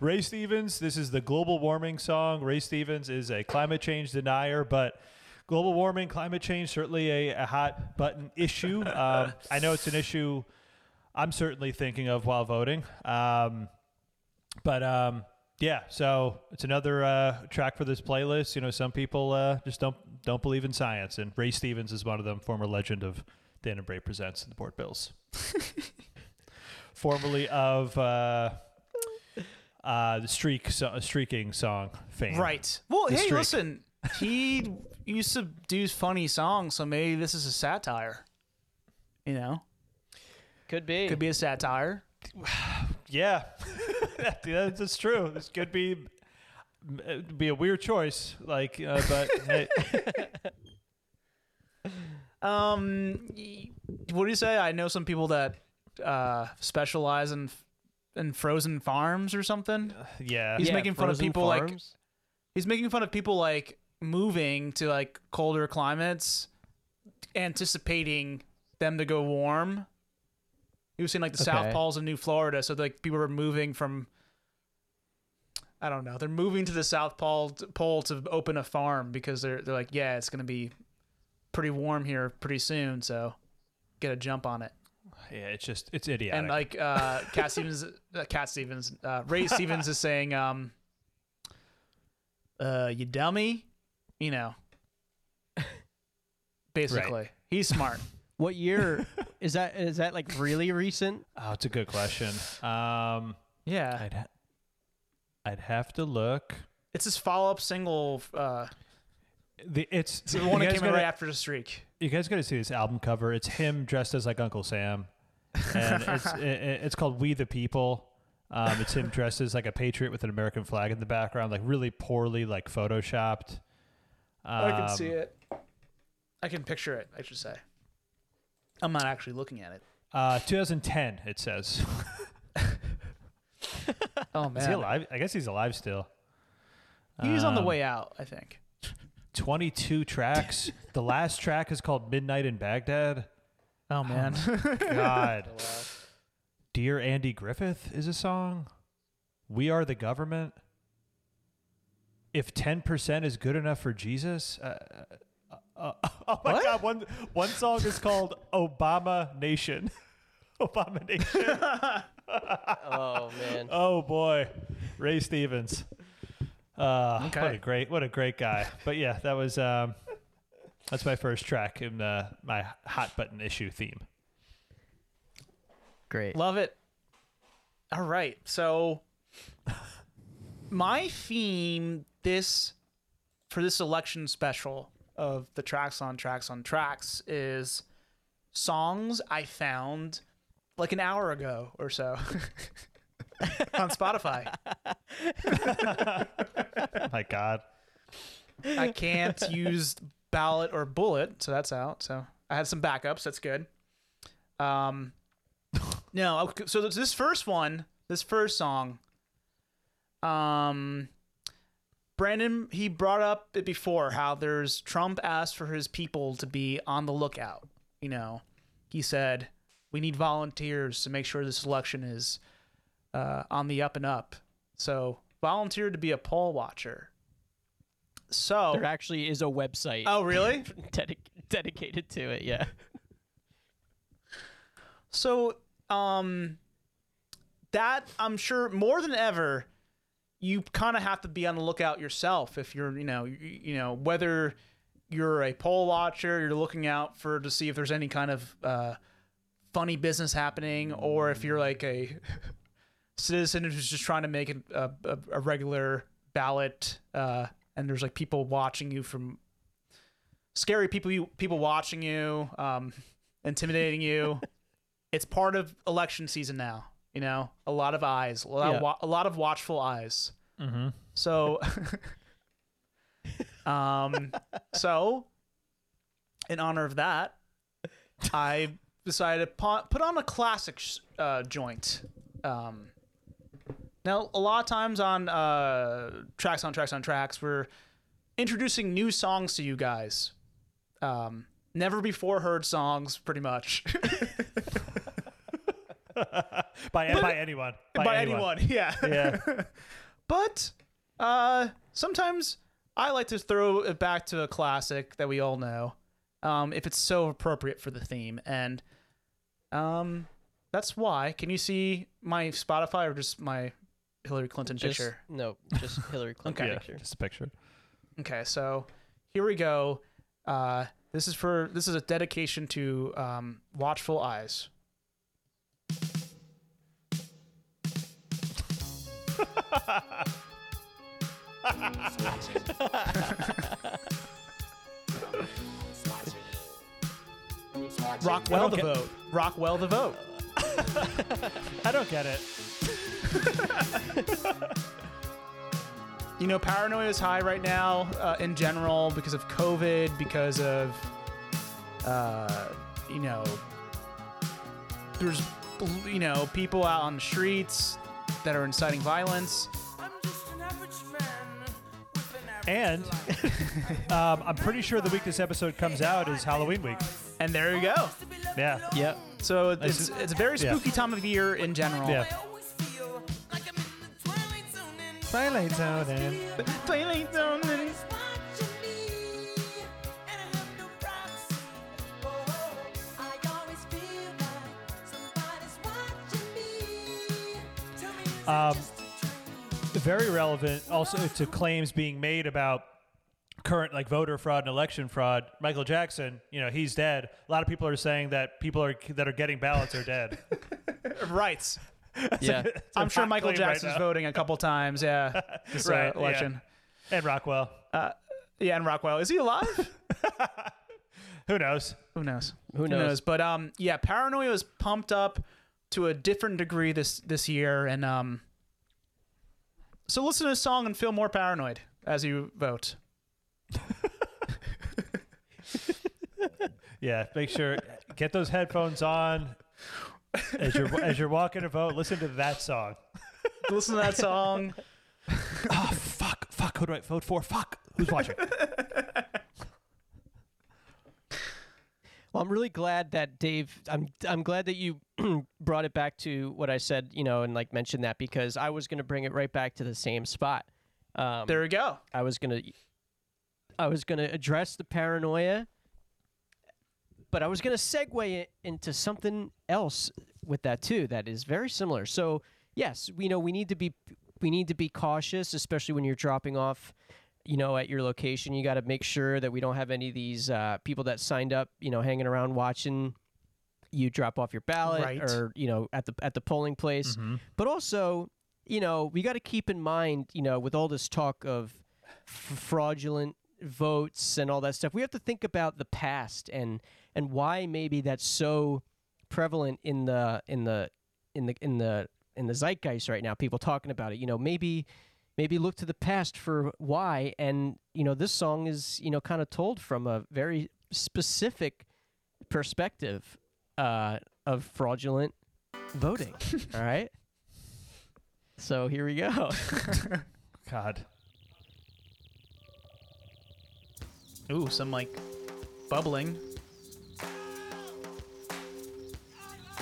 Speaker 2: Ray Stevens, this is the global warming song. Ray Stevens is a climate change denier, but global warming, climate change, certainly a, a hot button issue. Um, I know it's an issue I'm certainly thinking of while voting. Um, but um, yeah, so it's another uh, track for this playlist. You know, some people uh, just don't don't believe in science, and Ray Stevens is one of them. Former legend of Dan and Bray presents the Port Bills, formerly of. Uh, uh, the streak so- streaking song fame.
Speaker 3: Right. Well, hey,
Speaker 2: streak.
Speaker 3: listen. He used to do funny songs, so maybe this is a satire. You know,
Speaker 1: Could be.
Speaker 3: could be a satire.
Speaker 2: Yeah, [laughs] That- that's, that's true. This could be it'd be a weird choice, like, uh,
Speaker 3: [laughs]
Speaker 2: but hey, [laughs]
Speaker 3: Um, y- what do you say? I know some people that uh, specialize in in frozen farms or something.
Speaker 2: yeah,
Speaker 3: He's making fun of
Speaker 1: Frozen
Speaker 3: people like-
Speaker 1: Farms.
Speaker 3: He's making fun of people like moving to like colder climates, anticipating them to go warm. He was saying like the South
Speaker 1: Okay.
Speaker 3: Pole's in New Florida, so like people were moving from. I don't know. They're moving to the South Pole pole to open a farm because they're they're like, yeah, it's gonna be pretty warm here pretty soon, so get a jump on it.
Speaker 2: yeah. It's just it's idiotic.
Speaker 3: and like uh, Cat Stevens, uh, Cat Stevens, uh, [laughs] Ray Stevens is saying, um, uh, "You dummy," you [laughs] know. Basically, he's [laughs] smart.
Speaker 1: What year is that? Is that like really recent?
Speaker 2: oh, it's a good question. Um,
Speaker 3: Yeah,
Speaker 2: I'd ha- I'd have to look.
Speaker 3: it's his follow-up single, [laughs] uh,
Speaker 2: The it's
Speaker 3: the one
Speaker 2: you
Speaker 3: that
Speaker 2: guys
Speaker 3: came out
Speaker 2: gotta-
Speaker 3: right after the streak.
Speaker 2: You guys got to see this album cover. It's him dressed as like Uncle Sam,
Speaker 3: [laughs]
Speaker 2: and it's it, it- it's called "We the People." Um, it's him dressed as like a patriot with an American flag in the background, like really poorly like photoshopped.
Speaker 3: I can see
Speaker 2: Um,
Speaker 3: it. I can picture it. I should say. I'm not actually looking at it.
Speaker 2: Uh, 2010, it says.
Speaker 3: [laughs]
Speaker 2: [laughs]
Speaker 3: Oh
Speaker 2: Is he
Speaker 3: man,
Speaker 2: alive? I guess he's alive still.
Speaker 3: he's on the
Speaker 2: Um,
Speaker 3: way out. I think.
Speaker 2: 22 Um,
Speaker 3: [laughs]
Speaker 2: tracks. the last track is called "Midnight in Baghdad."
Speaker 3: Oh man, [laughs]
Speaker 2: God. Dear Andy Griffith is a song. We are the government. If 10% is good enough for Jesus. Uh, uh, uh, [laughs] oh my God. One, one song is
Speaker 3: [laughs]
Speaker 2: called Obama Nation. [laughs] Obama Nation.
Speaker 1: Oh man.
Speaker 2: Oh boy. Ray Stevens. Uh, What
Speaker 3: Okay.
Speaker 2: a great, what a great guy. But yeah, that was, um, that's my first track in the, my hot button issue theme.
Speaker 1: Great.
Speaker 3: Love it. All right. So my theme this for this election special of the tracks on tracks on tracks is songs I found like an hour ago or so [laughs] on Spotify.
Speaker 2: my God. [laughs]
Speaker 3: I can't use ballot or bullet, so that's out. So I had some backups. That's good. Um, no, okay, so this- this first one, this first song, um, Brandon he brought up it before how there's Trump asked for his people to be on the lookout. You know, he said we need volunteers to make sure this election is uh, on the up and up. So volunteer to be a poll watcher. So
Speaker 1: There actually is a website
Speaker 3: Oh, really?
Speaker 1: [laughs] dedic- dedicated to it. Yeah.
Speaker 3: so, um, that I'm sure more than ever, you kind of have to be on the lookout yourself if you're, you know, you, you know whether you're a poll watcher, you're looking out for to see if there's any kind of uh, funny business happening, or if you're like a [laughs] citizen who's just trying to make a, a, a- a regular ballot, uh, and there's like people watching you from scary people, you people watching you, um, intimidating you. it's part of election season now. You know, a lot of eyes, a lot,
Speaker 1: Yeah.
Speaker 3: of, wa- a lot of watchful eyes. So, [laughs] um, so in honor of that, I decided to po- put on a classic sh- uh, joint. Um, now, a lot of times on uh, tracks on tracks on tracks, we're introducing new songs to you guys. Um, never before heard songs, pretty much
Speaker 2: By, by anyone. By,
Speaker 3: by anyone. [laughs] Yeah.
Speaker 2: Yeah.
Speaker 3: But uh, sometimes I like to throw it back to a classic that we all know, um, if it's so appropriate for the theme. And um, that's why. Can you see my Spotify or just my Hillary Clinton
Speaker 1: Just-
Speaker 3: picture?
Speaker 1: No, [laughs] just Hillary Clinton
Speaker 3: Okay.
Speaker 1: picture.
Speaker 2: Just a picture.
Speaker 3: Okay, so here we go. Uh, this is for this is a dedication to um, watchful eyes. Rockwell
Speaker 2: I don't
Speaker 3: the
Speaker 2: get-
Speaker 3: vote. Rockwell the vote.
Speaker 2: I don't get
Speaker 1: [laughs]
Speaker 2: it.
Speaker 3: You know, paranoia is high right now uh, in general because of COVID, because of, uh, you know, there's, you know, people out on the streets that are inciting violence.
Speaker 2: And [laughs] um, I'm pretty sure the week this episode comes out is Halloween week.
Speaker 3: And there you go.
Speaker 2: Yeah.
Speaker 1: Yeah.
Speaker 3: So it-
Speaker 2: This
Speaker 3: it's,
Speaker 2: is-
Speaker 3: it's a very
Speaker 2: yeah.
Speaker 3: spooky time of year in general.
Speaker 2: Yeah.
Speaker 6: Twilight Zone and
Speaker 7: eh?
Speaker 3: Twilight Zone and-
Speaker 6: Um,
Speaker 2: Very relevant also to claims being made about current like voter fraud and election fraud. Michael Jackson, you know, he's dead. A lot of people are saying that people are that are getting ballots are dead. [laughs]
Speaker 3: Rights.
Speaker 1: Yeah.
Speaker 3: I'm sure
Speaker 2: hot
Speaker 3: Michael
Speaker 2: claim right
Speaker 3: Jackson's
Speaker 2: now.
Speaker 3: voting a couple
Speaker 2: [laughs]
Speaker 3: times. Yeah. This uh,
Speaker 2: Right, yeah.
Speaker 3: election.
Speaker 2: and Rockwell.
Speaker 3: Yeah. and Rockwell. Is he alive?
Speaker 2: Who knows?
Speaker 3: Who knows?
Speaker 1: Who knows?
Speaker 3: But um, yeah, paranoia is pumped up to a different degree this this year, and um, so listen to a song and feel more paranoid as you vote.
Speaker 2: Yeah, make sure get those headphones on as you're as you're walking to vote. Listen to that song.
Speaker 3: listen to that
Speaker 1: [laughs]
Speaker 3: song.
Speaker 2: Oh fuck, fuck. Who do I vote for? Fuck. Who's watching?
Speaker 1: Well, I'm really glad that Dave. I'm I'm glad that you [clears throat] brought it back to what I said, you know, and like mentioned that because I was going to bring it right back to the same spot. Um,
Speaker 3: There we go.
Speaker 1: I was going to I was going to address the paranoia, but I was going to segue it into something else with that too that is very similar. So, yes, we know we need to be we need to be cautious especially when you're dropping off you know at your location you got to make sure that we don't have any of these uh, people that signed up you know hanging around watching you drop off your ballot
Speaker 3: Right.
Speaker 1: or you know at the at the polling place but also you know we got to keep in mind you know with all this talk of f- fraudulent votes and all that stuff we have to think about the past and and why maybe that's so prevalent in the in the in the in the in the zeitgeist right now people talking about it you know maybe maybe look to the past for why and you know this song is you know kind of told from a very specific perspective uh, of fraudulent voting all right so here we go
Speaker 2: God.
Speaker 3: Ooh, some like bubbling.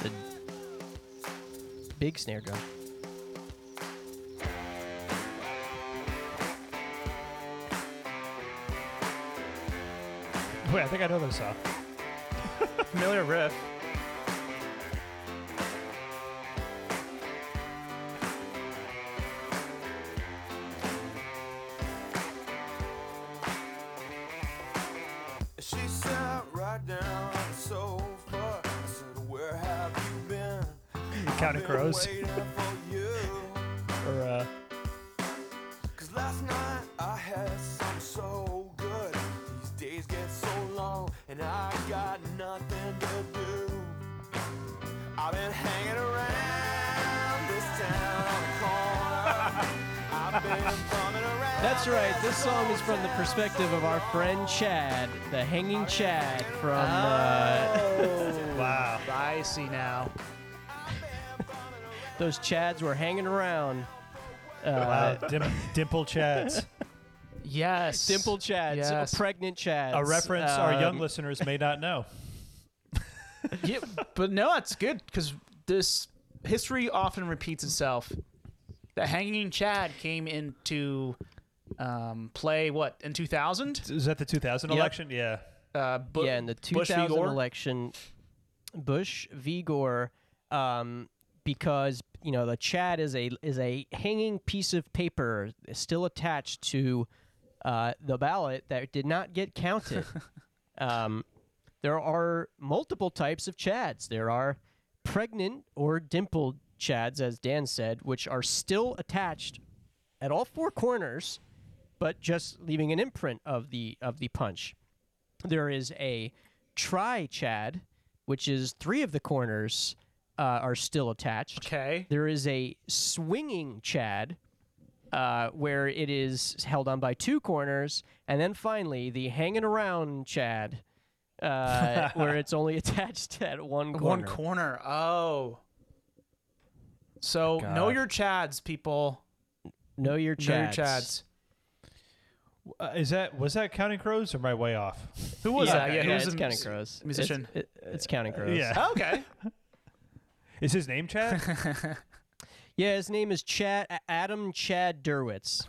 Speaker 1: the big snare drum
Speaker 2: Wait, I think I know this song.
Speaker 3: Familiar riff.
Speaker 5: She sat right down on the sofa. I said, Where have you been?
Speaker 2: Counting
Speaker 5: Been
Speaker 2: Crows.
Speaker 5: waiting for you.
Speaker 2: [laughs] Or, uh,
Speaker 5: 'Cause last night I had some so good. These days get so long, and I got nothing to do. I've been hanging around this town on the corner. I've been bumming around.
Speaker 1: That's right. This song is from the perspective of our friend Chad, the Hanging Chad from. Uh,
Speaker 2: wow.
Speaker 3: I see now.
Speaker 1: those Chads were hanging around.
Speaker 2: Wow.
Speaker 1: Uh,
Speaker 2: Dim- dimple chats.
Speaker 3: Yes.
Speaker 1: Dimple Chads,
Speaker 3: Yes.
Speaker 1: uh, pregnant Chads.
Speaker 2: A reference our young
Speaker 1: Um,
Speaker 2: listeners may not know.
Speaker 3: yeah, but no, it's good because this history often repeats itself. The Hanging Chad came into um, play what in 2000?
Speaker 2: [laughs] Is that the 2000
Speaker 1: Yep.
Speaker 2: election? Yeah.
Speaker 3: Uh, Bu-
Speaker 1: yeah, in the
Speaker 3: Bush v.
Speaker 1: 2000
Speaker 3: Gore?
Speaker 1: election, Bush v. Gore, um, because you know the Chad is a is a hanging piece of paper still attached to uh, the ballot that did not get counted. um, there are multiple types of Chads. There are pregnant or dimpled chads, as Dan said, which are still attached at all four corners, but just leaving an imprint of the of the punch. There is a tri chad, which is three of the corners uh, are still attached.
Speaker 3: Okay.
Speaker 1: There is a swinging Chad, uh, where it is held on by two corners, and then finally the hanging around Chad, uh, where it's only attached at one corner.
Speaker 3: One corner. Oh. So know
Speaker 2: God.
Speaker 3: your chads,
Speaker 2: [laughs]
Speaker 3: people.
Speaker 1: know your Chads.
Speaker 3: Know your chads.
Speaker 2: Uh, is that was that Counting Crows or am I way off?
Speaker 3: Who was that?
Speaker 1: yeah,
Speaker 3: who was
Speaker 1: it's
Speaker 3: the
Speaker 1: Counting
Speaker 3: mus-
Speaker 1: Crows.
Speaker 3: musician?
Speaker 1: It's, it- it's Counting Crows.
Speaker 2: yeah.
Speaker 3: Oh, okay.
Speaker 2: Is his name Chad? [laughs]
Speaker 1: Yeah, his name is Chad A- Adam Chad Derwitz.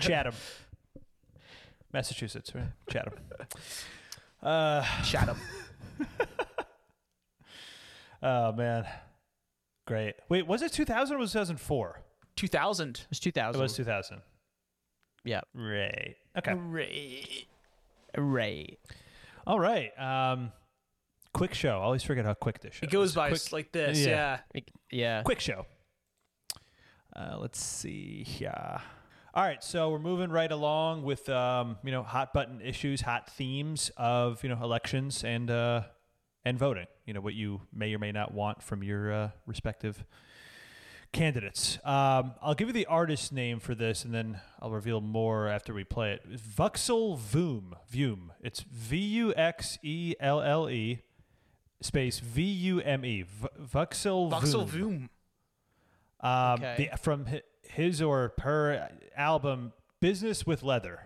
Speaker 2: Chatham, Massachusetts, right? Chatham. [laughs] Uh,
Speaker 3: Chatham.
Speaker 2: [laughs] oh man, great. Wait, was it 2000 or was it 2004?
Speaker 3: 2000.
Speaker 1: It's 2000.
Speaker 2: It was 2000.
Speaker 1: yeah.
Speaker 2: Right. Okay.
Speaker 1: Right.
Speaker 2: All right. Um, quick show. I always forget how quick this show.
Speaker 3: It goes
Speaker 2: is.
Speaker 3: by
Speaker 2: quick,
Speaker 3: s- like this. Yeah.
Speaker 2: Yeah.
Speaker 1: Yeah.
Speaker 2: quick show. Uh, let's see here. All right, so we're moving right along with um, you know hot button issues, hot themes of you know elections and uh, and voting. You know what you may or may not want from your uh, respective candidates. Um, I'll give you the artist name for this, and then I'll reveal more after we play it. It's Vuxel Voom. Voom. It's V U X E L L E space V U M E. V- Vuxel
Speaker 3: Voxel
Speaker 2: Voom.
Speaker 3: Voom.
Speaker 2: Um,
Speaker 1: Okay.
Speaker 2: the, from hi- his or her album "Business with
Speaker 3: [laughs]
Speaker 2: Leather."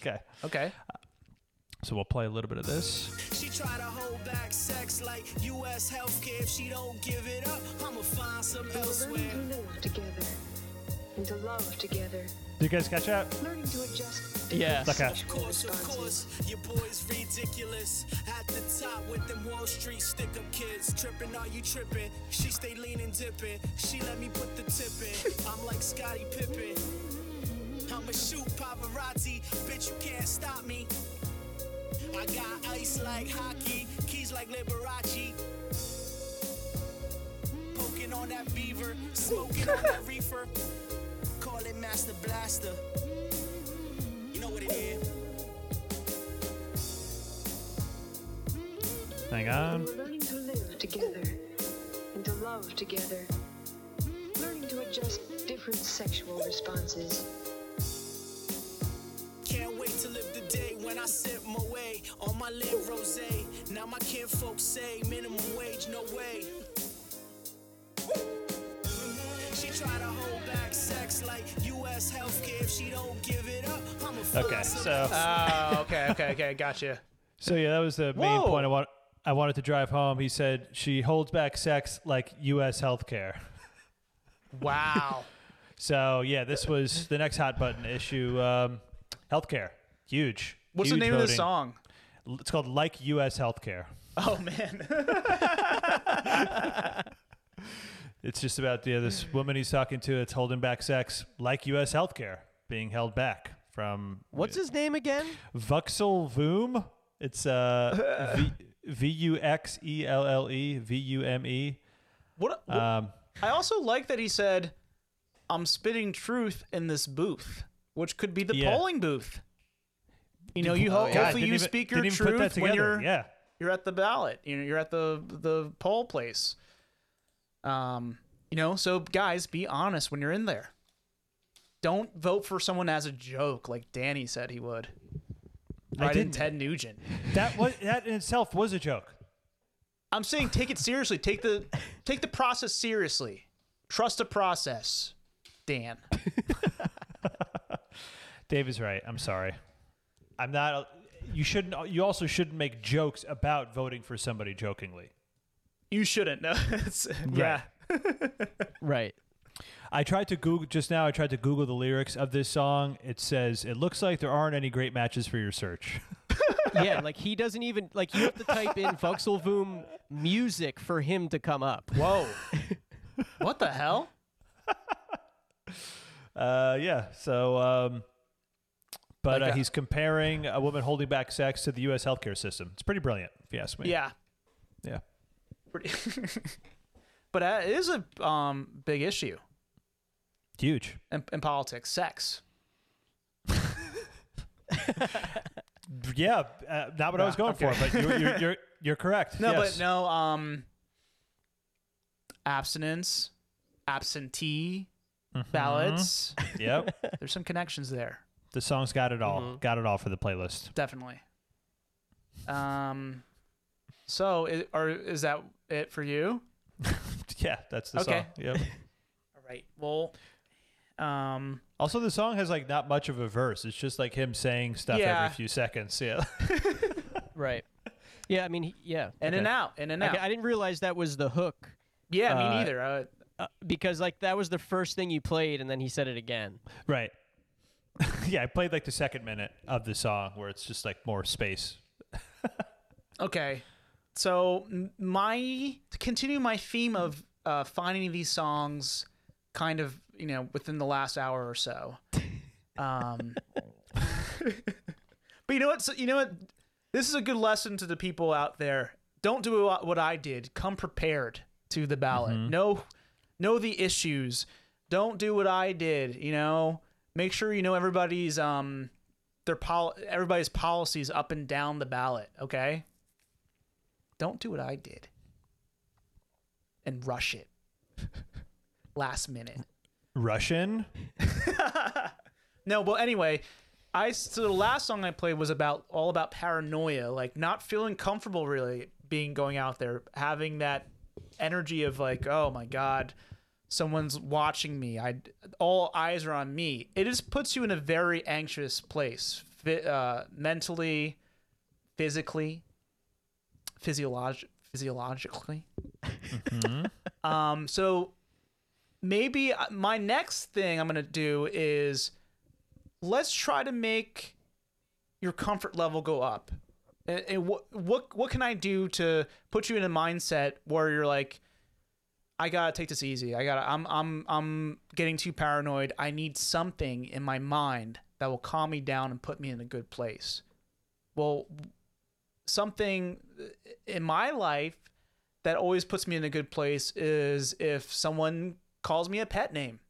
Speaker 2: okay, Uh,
Speaker 3: Okay.
Speaker 2: so we'll play a little bit of this.
Speaker 6: She try to hold back sex like U.S. healthcare. If she don't give it up, I'ma find some elsewhere.
Speaker 8: Learning to live together and to love together.
Speaker 2: Do you guys catch that?
Speaker 8: Learning to adjust.
Speaker 1: Yeah.
Speaker 2: Like a
Speaker 6: Of course, of course, your boy's ridiculous. At the top with them Wall Street stick up kids. Tripping, are you tripping? She stay leaning, dipping. She let me put the tip in. I'm like Scottie Pippen. I'ma shoot paparazzi. Bitch, you can't stop me. I got ice like hockey, keys like Liberace. Poking on that beaver, smoking on that reefer. Call it Master Blaster. You know what it is.
Speaker 2: hang on.
Speaker 8: Learning to live together and to love together. Learning to adjust different sexual responses.
Speaker 6: Can't wait to live the day when I sip my way on my lit rose. Now my kinfolks say minimum wage, no way. She try to hold back sex like U.S. healthcare. If she don't give it up, I'm a
Speaker 2: Okay, so
Speaker 3: Oh, okay, okay, okay. Gotcha.
Speaker 2: so yeah, that was the main
Speaker 3: Whoa.
Speaker 2: point I want. I wanted to drive home. He said she holds back sex like U.S. healthcare. [laughs]
Speaker 3: Wow.
Speaker 2: So yeah, this was the next hot button issue. Um, healthcare, huge.
Speaker 3: What's the
Speaker 2: huge
Speaker 3: name of the
Speaker 2: voting.
Speaker 3: song?
Speaker 2: It's called "Like U.S. Healthcare."
Speaker 3: Oh man. [laughs]
Speaker 2: It's just about the
Speaker 3: Mm.
Speaker 2: this woman he's talking to that's holding back sex, like U.S. healthcare being held back from
Speaker 1: What's his name again?
Speaker 2: Vuxel Voom. It's
Speaker 3: [laughs]
Speaker 2: uh, V- V U X E L L E V U M E.
Speaker 3: What, what
Speaker 2: Um,
Speaker 3: I also like that he said, "I'm spitting truth in this booth," which could be the
Speaker 2: Yeah.
Speaker 3: polling booth. You know, you hope
Speaker 2: God,
Speaker 3: hopefully
Speaker 2: Uh, didn't
Speaker 3: you
Speaker 2: even-
Speaker 3: speak your
Speaker 2: didn't even put that
Speaker 3: truth when
Speaker 2: together.
Speaker 3: you're
Speaker 2: yeah.
Speaker 3: you're at the ballot. You know, you're at the the poll place. Um, you know, so guys, be honest when you're in there. Don't vote for someone as a joke, like Danny said he would. Right in
Speaker 2: didn't.
Speaker 3: Ted Nugent.
Speaker 2: That was that in itself was a joke.
Speaker 3: I'm saying take it seriously. Take the take the process seriously. Trust the process, Dan.
Speaker 2: Dave is right. I'm sorry. I'm not. a- You shouldn't. You also shouldn't make jokes about voting for somebody jokingly.
Speaker 3: You shouldn't. [laughs] No, it's, yeah.
Speaker 1: Right.
Speaker 2: I tried to Google just now. I tried to Google the lyrics of this song. It says, "It looks like there aren't any great matches for your search." [laughs]
Speaker 1: yeah, like he doesn't even like you have to type in Voxelvoom music for him to come up.
Speaker 3: Whoa. what the hell?
Speaker 2: Uh, yeah. So, um, but
Speaker 3: Like
Speaker 2: uh,
Speaker 3: a-
Speaker 2: he's comparing a woman holding back sex to the U.S. healthcare system. It's pretty brilliant, if you ask me.
Speaker 3: Yeah.
Speaker 2: Yeah.
Speaker 3: Pretty- [laughs] but that is a um, big issue
Speaker 2: Huge.
Speaker 3: in, in politics sex.
Speaker 2: Yeah, uh, not what I was going for, but you're, you're, you're, you're correct.
Speaker 3: Ah, No,
Speaker 2: yes.
Speaker 3: but no. Um, abstinence, absentee
Speaker 1: Mm-hmm.
Speaker 3: ballots.
Speaker 2: Yep.
Speaker 3: There's some connections there,
Speaker 2: The song's got it all.
Speaker 3: Mm-hmm.
Speaker 2: Got it all for the playlist. [laughs]
Speaker 3: definitely. Um, so i are is that it for you?
Speaker 2: Yeah, that's the
Speaker 3: Okay.
Speaker 2: song. Yep.
Speaker 3: All right. Well, um,
Speaker 2: Also, the song has like not much of a verse. It's just like him saying stuff
Speaker 3: Yeah.
Speaker 2: every few seconds. Yeah. [laughs]
Speaker 1: Right. Yeah, I mean, he- yeah.
Speaker 3: in and
Speaker 2: Okay.
Speaker 3: out, in and
Speaker 1: Like,
Speaker 3: out.
Speaker 1: I didn't realize that was the hook
Speaker 3: yeah,
Speaker 1: uh,
Speaker 3: me neither. Uh,
Speaker 1: uh, because like that was the first thing you played, and then he said it again.
Speaker 2: right. [laughs] yeah, I played like the second minute of the song where it's just like more space.
Speaker 3: Okay. So m- my to continue my theme of uh, finding these songs, kind of you know within the last hour or so. Um, but you know what? So, you know what? This is a good lesson to the people out there. Don't do what- what I did. Come prepared to the ballot. Know know the issues. Don't do what I did. You know, make sure you know everybody's um their pol- everybody's policies up and down the ballot. Okay, don't do what I did and rush it last minute.
Speaker 2: Russian?
Speaker 3: No, but anyway, I so the last song I played was about all about paranoia, like not feeling comfortable really being going out there, having that energy of like, oh my god, someone's watching me. I all eyes are on me. It just puts you in a very anxious place, fi- uh, mentally, physically, physiolog- physiologically. [laughs] um, so maybe uh, my next thing I'm gonna do is let's try to make your comfort level go up. And, and what what what can I do to put you in a mindset where you're like, I gotta take this easy. I gotta. I'm I'm I'm getting too paranoid. I need something in my mind that will calm me down and put me in a good place. Well, something in my life that always puts me in a good place is if someone calls me a pet name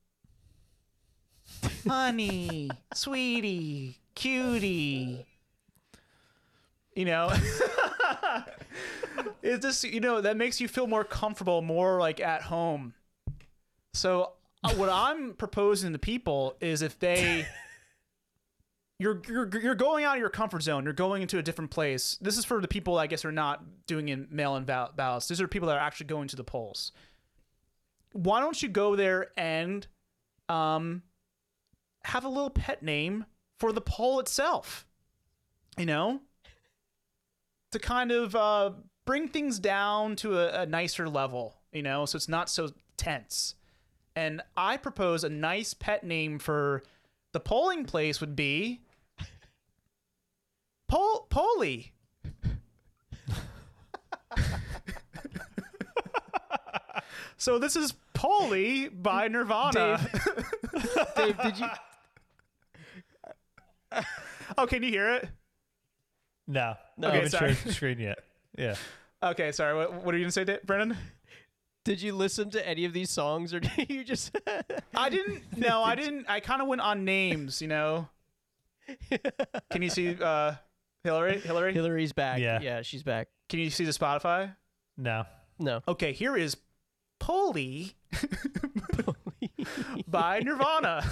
Speaker 3: honey, sweetie, cutie. You know, [laughs] it's just you know that makes you feel more comfortable, more like at home. So uh, what I'm proposing to people is if they. [laughs] You're, you're, you're going out of your comfort zone. You're going into a different place. This is for the people, I guess, who are not doing in mail-in val- ballots. These are people that are actually going to the polls. Why don't you go there and um, have a little pet name for the poll itself. You know? To kind of uh, bring things down to a, a nicer level, you know, so it's not so tense. And I propose a nice pet name for the polling place would be Pol Polly. [laughs] so this is Polly by Nirvana.
Speaker 1: Dave, did you?
Speaker 3: Oh, can you hear it?
Speaker 2: No.
Speaker 1: No.
Speaker 2: I
Speaker 1: Okay,
Speaker 2: haven't
Speaker 3: sorry.
Speaker 2: shared the screen yet. Yeah.
Speaker 3: Okay, sorry. What, what are you gonna say, Da- Brennan?
Speaker 1: Did you listen to any of these songs, or [laughs] did you just?
Speaker 3: I didn't. No, I didn't. I kind of went on names. You know. Can you see uh, Hillary? Hillary?
Speaker 1: Hillary's back.
Speaker 2: Yeah.
Speaker 1: yeah, she's back.
Speaker 3: Can you see the Spotify?
Speaker 2: No.
Speaker 3: [laughs]
Speaker 1: No.
Speaker 3: Okay, here is Polly by Nirvana.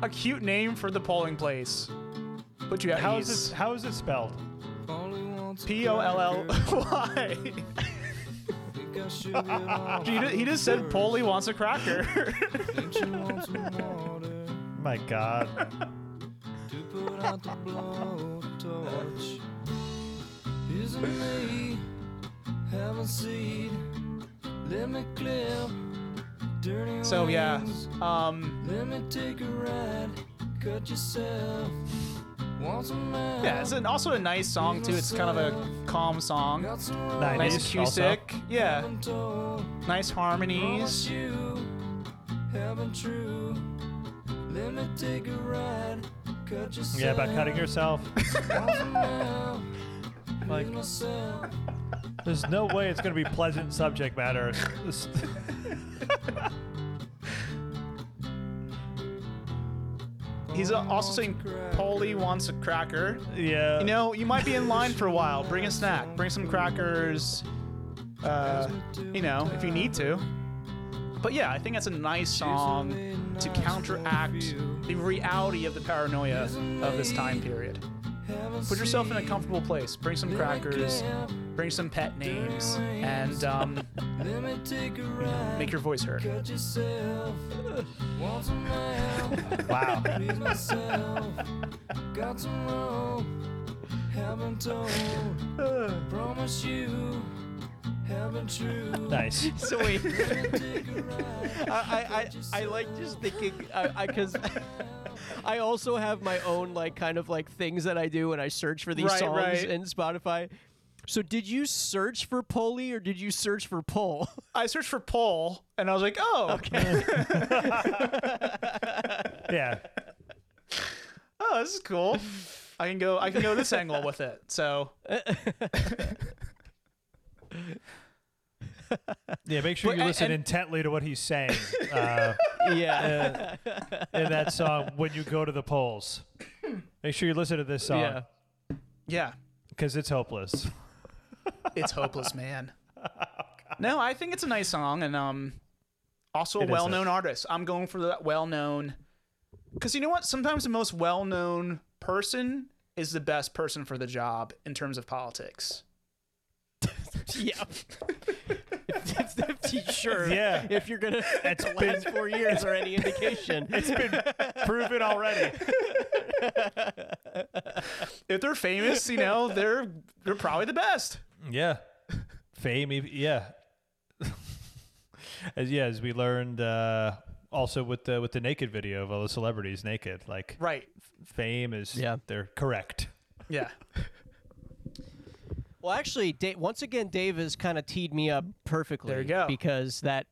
Speaker 3: A cute name for the polling place. Put you at
Speaker 2: How
Speaker 3: ease.
Speaker 2: is it how is it spelled?
Speaker 3: P O L L Y. [laughs] He ju- He just said Polly wants a cracker. [laughs]
Speaker 2: My
Speaker 3: [laughs]
Speaker 2: God.
Speaker 3: so yeah, um,
Speaker 9: Let me take a ride, cut yourself. Once a man,
Speaker 3: yeah. It's an, also a nice song too. It's kind of a calm song,
Speaker 9: got some right
Speaker 2: Nineties.
Speaker 3: nice acoustic. Yeah,
Speaker 9: told.
Speaker 3: nice
Speaker 9: Promise
Speaker 3: harmonies.
Speaker 9: you, heaven true. Let me take a ride, cut
Speaker 3: [laughs]
Speaker 9: yourself.
Speaker 2: Yeah, about cutting yourself. Like, there's no way it's going to be pleasant subject matter. This- [laughs]
Speaker 3: He's uh, also saying Polly wants a cracker.
Speaker 2: yeah.
Speaker 3: You know, you might be in line for a while. Bring a snack. Bring some crackers. Uh, you know, if you need to. But yeah, I think that's a nice song to counteract the reality of the paranoia of this time period. Put yourself in a comfortable place. Bring some crackers. Bring some pet names, and um, make your voice heard. [laughs]
Speaker 2: wow.
Speaker 9: Got some hope, haven't
Speaker 10: [laughs]
Speaker 9: told. Promise you, haven't true.
Speaker 2: nice.
Speaker 1: So wait, [laughs] I, I, I, I like just thinking, I because I, 'cause [laughs] I also have my own like kind of like things that I do when I search for these
Speaker 3: Right,
Speaker 1: songs
Speaker 3: right.
Speaker 1: in Spotify. So did you search for Polly or did you search for Pole?
Speaker 3: I searched for Paul, and I was like, oh, okay.
Speaker 2: Yeah.
Speaker 3: oh, this is cool. I can go. I can go this angle with it. So
Speaker 2: Yeah. Make sure
Speaker 3: But-
Speaker 2: you
Speaker 3: and-
Speaker 2: listen
Speaker 3: and-
Speaker 2: intently to what he's
Speaker 3: [laughs]
Speaker 2: saying uh,
Speaker 1: [laughs] yeah,
Speaker 2: in that song when you go to the polls. Make sure you listen to this
Speaker 1: Yeah.
Speaker 2: song
Speaker 3: yeah,
Speaker 2: because it's hopeless.
Speaker 3: it's hopeless, man. No, I think it's a nice song, and um, also a
Speaker 2: It is
Speaker 3: well-known
Speaker 2: nice.
Speaker 3: artist. I'm going for that well-known, because you know what? Sometimes the most well-known person is the best person for the job in terms of politics.
Speaker 1: yeah. If- if- if- sure.
Speaker 2: Yeah.
Speaker 1: If you're gonna,
Speaker 2: It's
Speaker 1: the [laughs] last
Speaker 2: been-
Speaker 1: four years or any
Speaker 3: [laughs]
Speaker 1: indication.
Speaker 2: It's been proven already.
Speaker 3: If they're famous, you know they're they're probably the best.
Speaker 2: Yeah. Fame, ev- yeah. [laughs] as yeah, as we learned uh, also with the with the naked video of all the celebrities naked, like
Speaker 3: Right.
Speaker 2: fame is
Speaker 1: Yeah.
Speaker 2: they're correct.
Speaker 3: Yeah.
Speaker 1: Well, actually, da- once again, Dave has kind of teed me up perfectly.
Speaker 3: There you go.
Speaker 1: Because that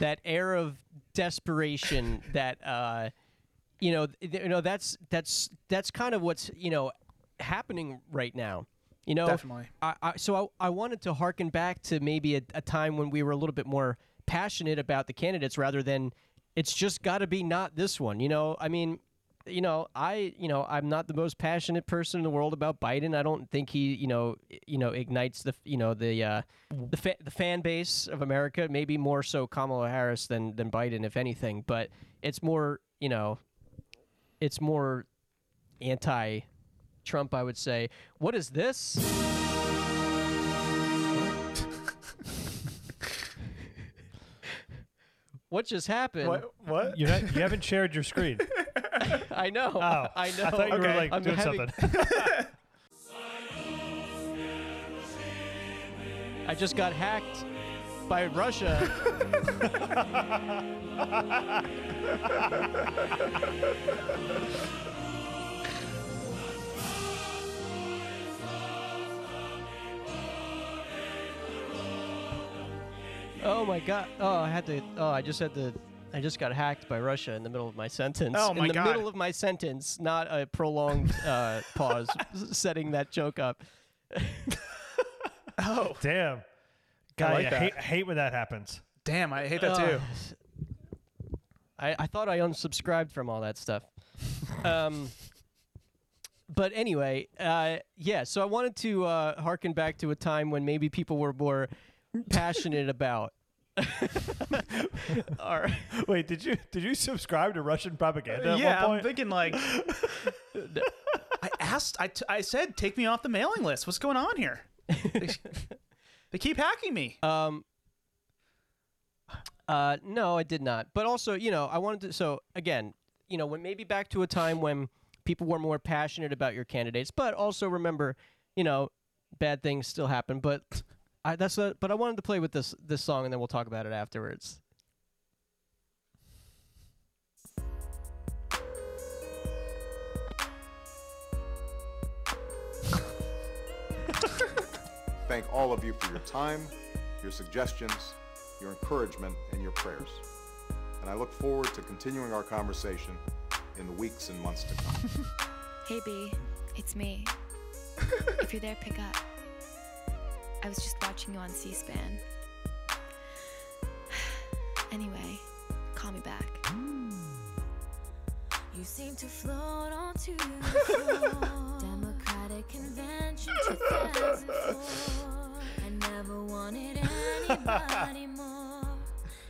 Speaker 1: that air of desperation that uh, you know, th- you know, that's that's that's kind of what's you know happening right now. You know,
Speaker 3: Definitely.
Speaker 1: I, I, so I, I wanted to harken back to maybe a, a time when we were a little bit more passionate about the candidates rather than it's just got to be not this one. You know, I mean, you know, I you know I'm not the most passionate person in the world about Biden. I don't think he you know i- you know ignites the you know the uh, the fa- the fan base of America. Maybe more so Kamala Harris than than Biden, if anything. But it's more you know, it's more anti. Trump, I would say. What is this? What just happened?
Speaker 3: What? What?
Speaker 2: You're not, you haven't shared your screen.
Speaker 1: I know. [laughs]
Speaker 2: Oh,
Speaker 1: I know.
Speaker 2: I thought you were like
Speaker 1: I'm
Speaker 2: doing
Speaker 1: having-
Speaker 2: something.
Speaker 1: [laughs] I just got hacked by Russia. oh my god. Oh, I had to Oh, I just had to I just got hacked by Russia in the middle of my sentence.
Speaker 3: Oh my
Speaker 1: in the
Speaker 3: God.
Speaker 1: middle of my sentence, not a prolonged uh, pause [laughs] setting that joke up.
Speaker 3: Oh,
Speaker 2: Damn. God, I,
Speaker 3: like that.
Speaker 2: hate, I hate when that happens.
Speaker 3: damn! I hate that too.
Speaker 1: Ugh. [sighs] I, I thought I unsubscribed from all that stuff. um, but anyway, uh, yeah, so I wanted to uh, harken back to a time when maybe people were more passionate about. all right.
Speaker 2: Wait, did you did you subscribe to Russian propaganda at
Speaker 3: yeah,
Speaker 2: one
Speaker 3: I'm
Speaker 2: point?
Speaker 3: thinking like. [laughs] I asked. I, t- I said, take me off the mailing list. What's going on here? They, [laughs] they keep hacking me.
Speaker 1: Um, uh, no, I did not. But also, you know, I wanted to. So again, you know, when maybe back to a time when people were more passionate about your candidates, but also remember, you know, bad things still happen. But I, that's a, but I wanted to play with this this song, and then we'll talk about it afterwards.
Speaker 10: thank all of you for your time, your suggestions, your encouragement, and your prayers. And I look forward to continuing our conversation in the weeks and months to come.
Speaker 11: Hey B, it's me. if you're there, pick up. I was just watching you on C SPAN. [sighs] Anyway, call me back.
Speaker 7: You seem to float onto the floor. Democratic convention 2004. I never wanted anybody more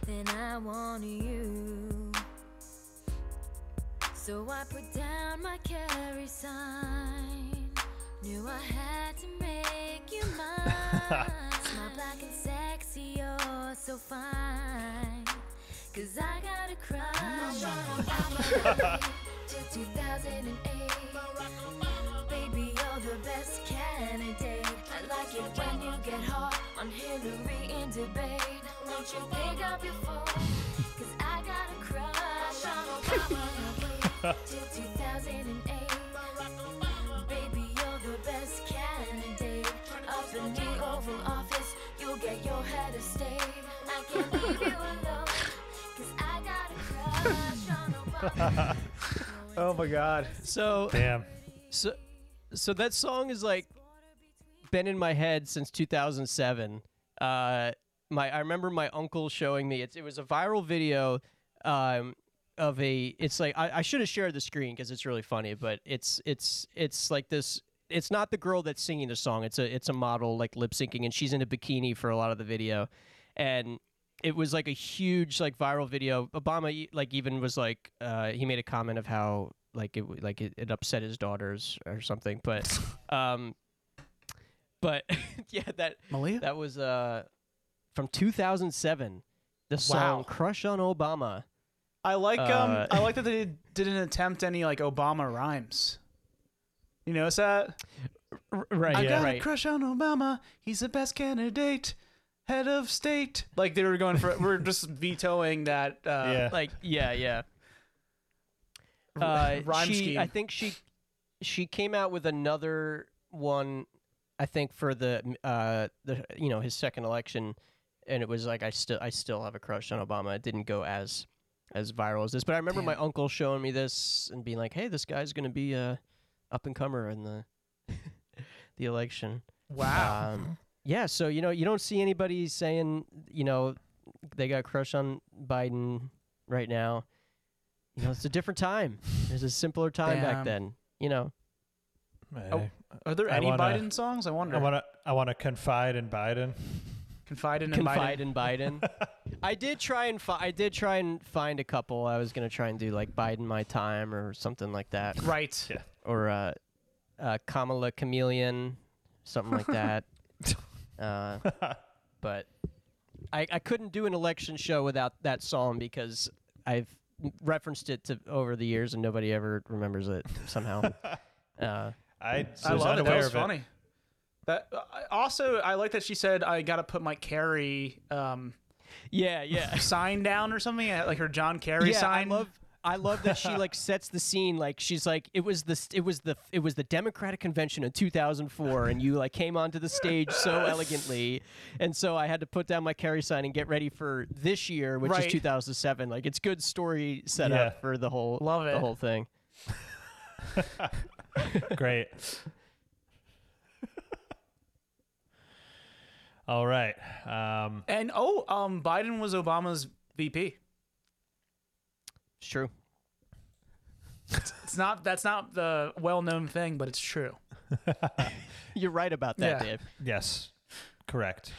Speaker 7: than I want you. So I put down my carry sign. Knew I had to make you mine. Smile black and sexy, you're so fine. Cause I got a crush on Obama to 2008. Baby, you're the best candidate. I like it when you get hard on Hillary in debate. Don't you pick up your phone? Cause I got a crush on Obama to 2008. Baby, you're the best candidate. Up in the Oval Office, you'll get your head of state. I can't leave you alone, cause I got a crush on Obama.
Speaker 3: Oh my God.
Speaker 1: So
Speaker 2: Damn.
Speaker 1: so so that song is like been in my head since 2007 uh my i remember my uncle showing me it, it was a viral video um of a it's like i, I should have shared the screen because it's really funny but it's it's it's like this it's not the girl that's singing the song it's a it's a model like lip syncing and she's in a bikini for a lot of the video and it was like a huge like viral video. Obama e- like even was like uh, he made a comment of how like it w- like it, it upset his daughters or something. But um, but [laughs] yeah, that
Speaker 3: Malia?
Speaker 1: that was uh from 2007. The song
Speaker 3: Wow.
Speaker 1: "Crush on Obama."
Speaker 3: I like
Speaker 1: Uh,
Speaker 3: um I like that they didn't attempt any like Obama rhymes. You notice that?
Speaker 1: right,
Speaker 3: I got a
Speaker 1: right.
Speaker 3: crush on Obama. He's the best candidate, head of state. Like they were going for we're just vetoing that uh
Speaker 2: Yeah.
Speaker 1: like yeah, yeah. [laughs] Uh,
Speaker 3: rhyme
Speaker 1: she,
Speaker 3: scheme.
Speaker 1: I think she she came out with another one. I think for the uh the you know his second election, and it was like I still I still have a crush on Obama. It didn't go as as viral as this, but I remember my uncle showing me this and being like, "Hey, this guy's gonna be a up and comer in the [laughs] the election."
Speaker 3: Wow.
Speaker 1: Um, yeah, so you know you don't see anybody saying you know they got a crush on Biden right now. You know, it's a different time. It was a simpler time
Speaker 3: Damn.
Speaker 1: back then. You know,
Speaker 2: I-
Speaker 3: Are there
Speaker 2: I
Speaker 3: any
Speaker 2: wanna-
Speaker 3: Biden songs? Uh, I wonder.
Speaker 2: I want to. I want to confide in Biden.
Speaker 3: confide in
Speaker 1: confide
Speaker 3: Biden.
Speaker 1: in Biden.
Speaker 3: [laughs]
Speaker 1: I did try and fi- I did try and find a couple. I was gonna try and do like Biden my time or something like that,
Speaker 3: Right.
Speaker 2: Yeah.
Speaker 1: or uh, uh, Kamala Chameleon, something like [laughs] that. uh, but I, I couldn't do an election show without that song because I've referenced it to over the years and nobody ever remembers it somehow. uh,
Speaker 2: I,
Speaker 3: I
Speaker 2: was
Speaker 3: love it.
Speaker 2: unaware
Speaker 3: That was
Speaker 2: of it.
Speaker 3: funny. That I- also, I like that she said, "I gotta put my carry um,
Speaker 1: [laughs] yeah, yeah.
Speaker 3: sign down or something," uh, like her John Kerry
Speaker 1: yeah,
Speaker 3: sign.
Speaker 1: I love I love that she like sets the scene like she's like it was the it was the it was the Democratic convention in 2004 and you like came onto the stage
Speaker 3: [laughs]
Speaker 1: so elegantly and so I had to put down my carry sign and get ready for this year which
Speaker 3: Right.
Speaker 1: is 2007 like it's good story set
Speaker 2: Yeah.
Speaker 1: up for the whole
Speaker 3: Love
Speaker 1: the
Speaker 3: it.
Speaker 1: whole thing.
Speaker 2: [laughs] Great. [laughs] All right. Um,
Speaker 3: And oh, um, Biden was Obama's VP.
Speaker 1: It's true.
Speaker 3: It's not that's not the well-known thing, but it's true.
Speaker 1: You're right about that,
Speaker 3: Yeah.
Speaker 1: Dave.
Speaker 2: yes. Correct.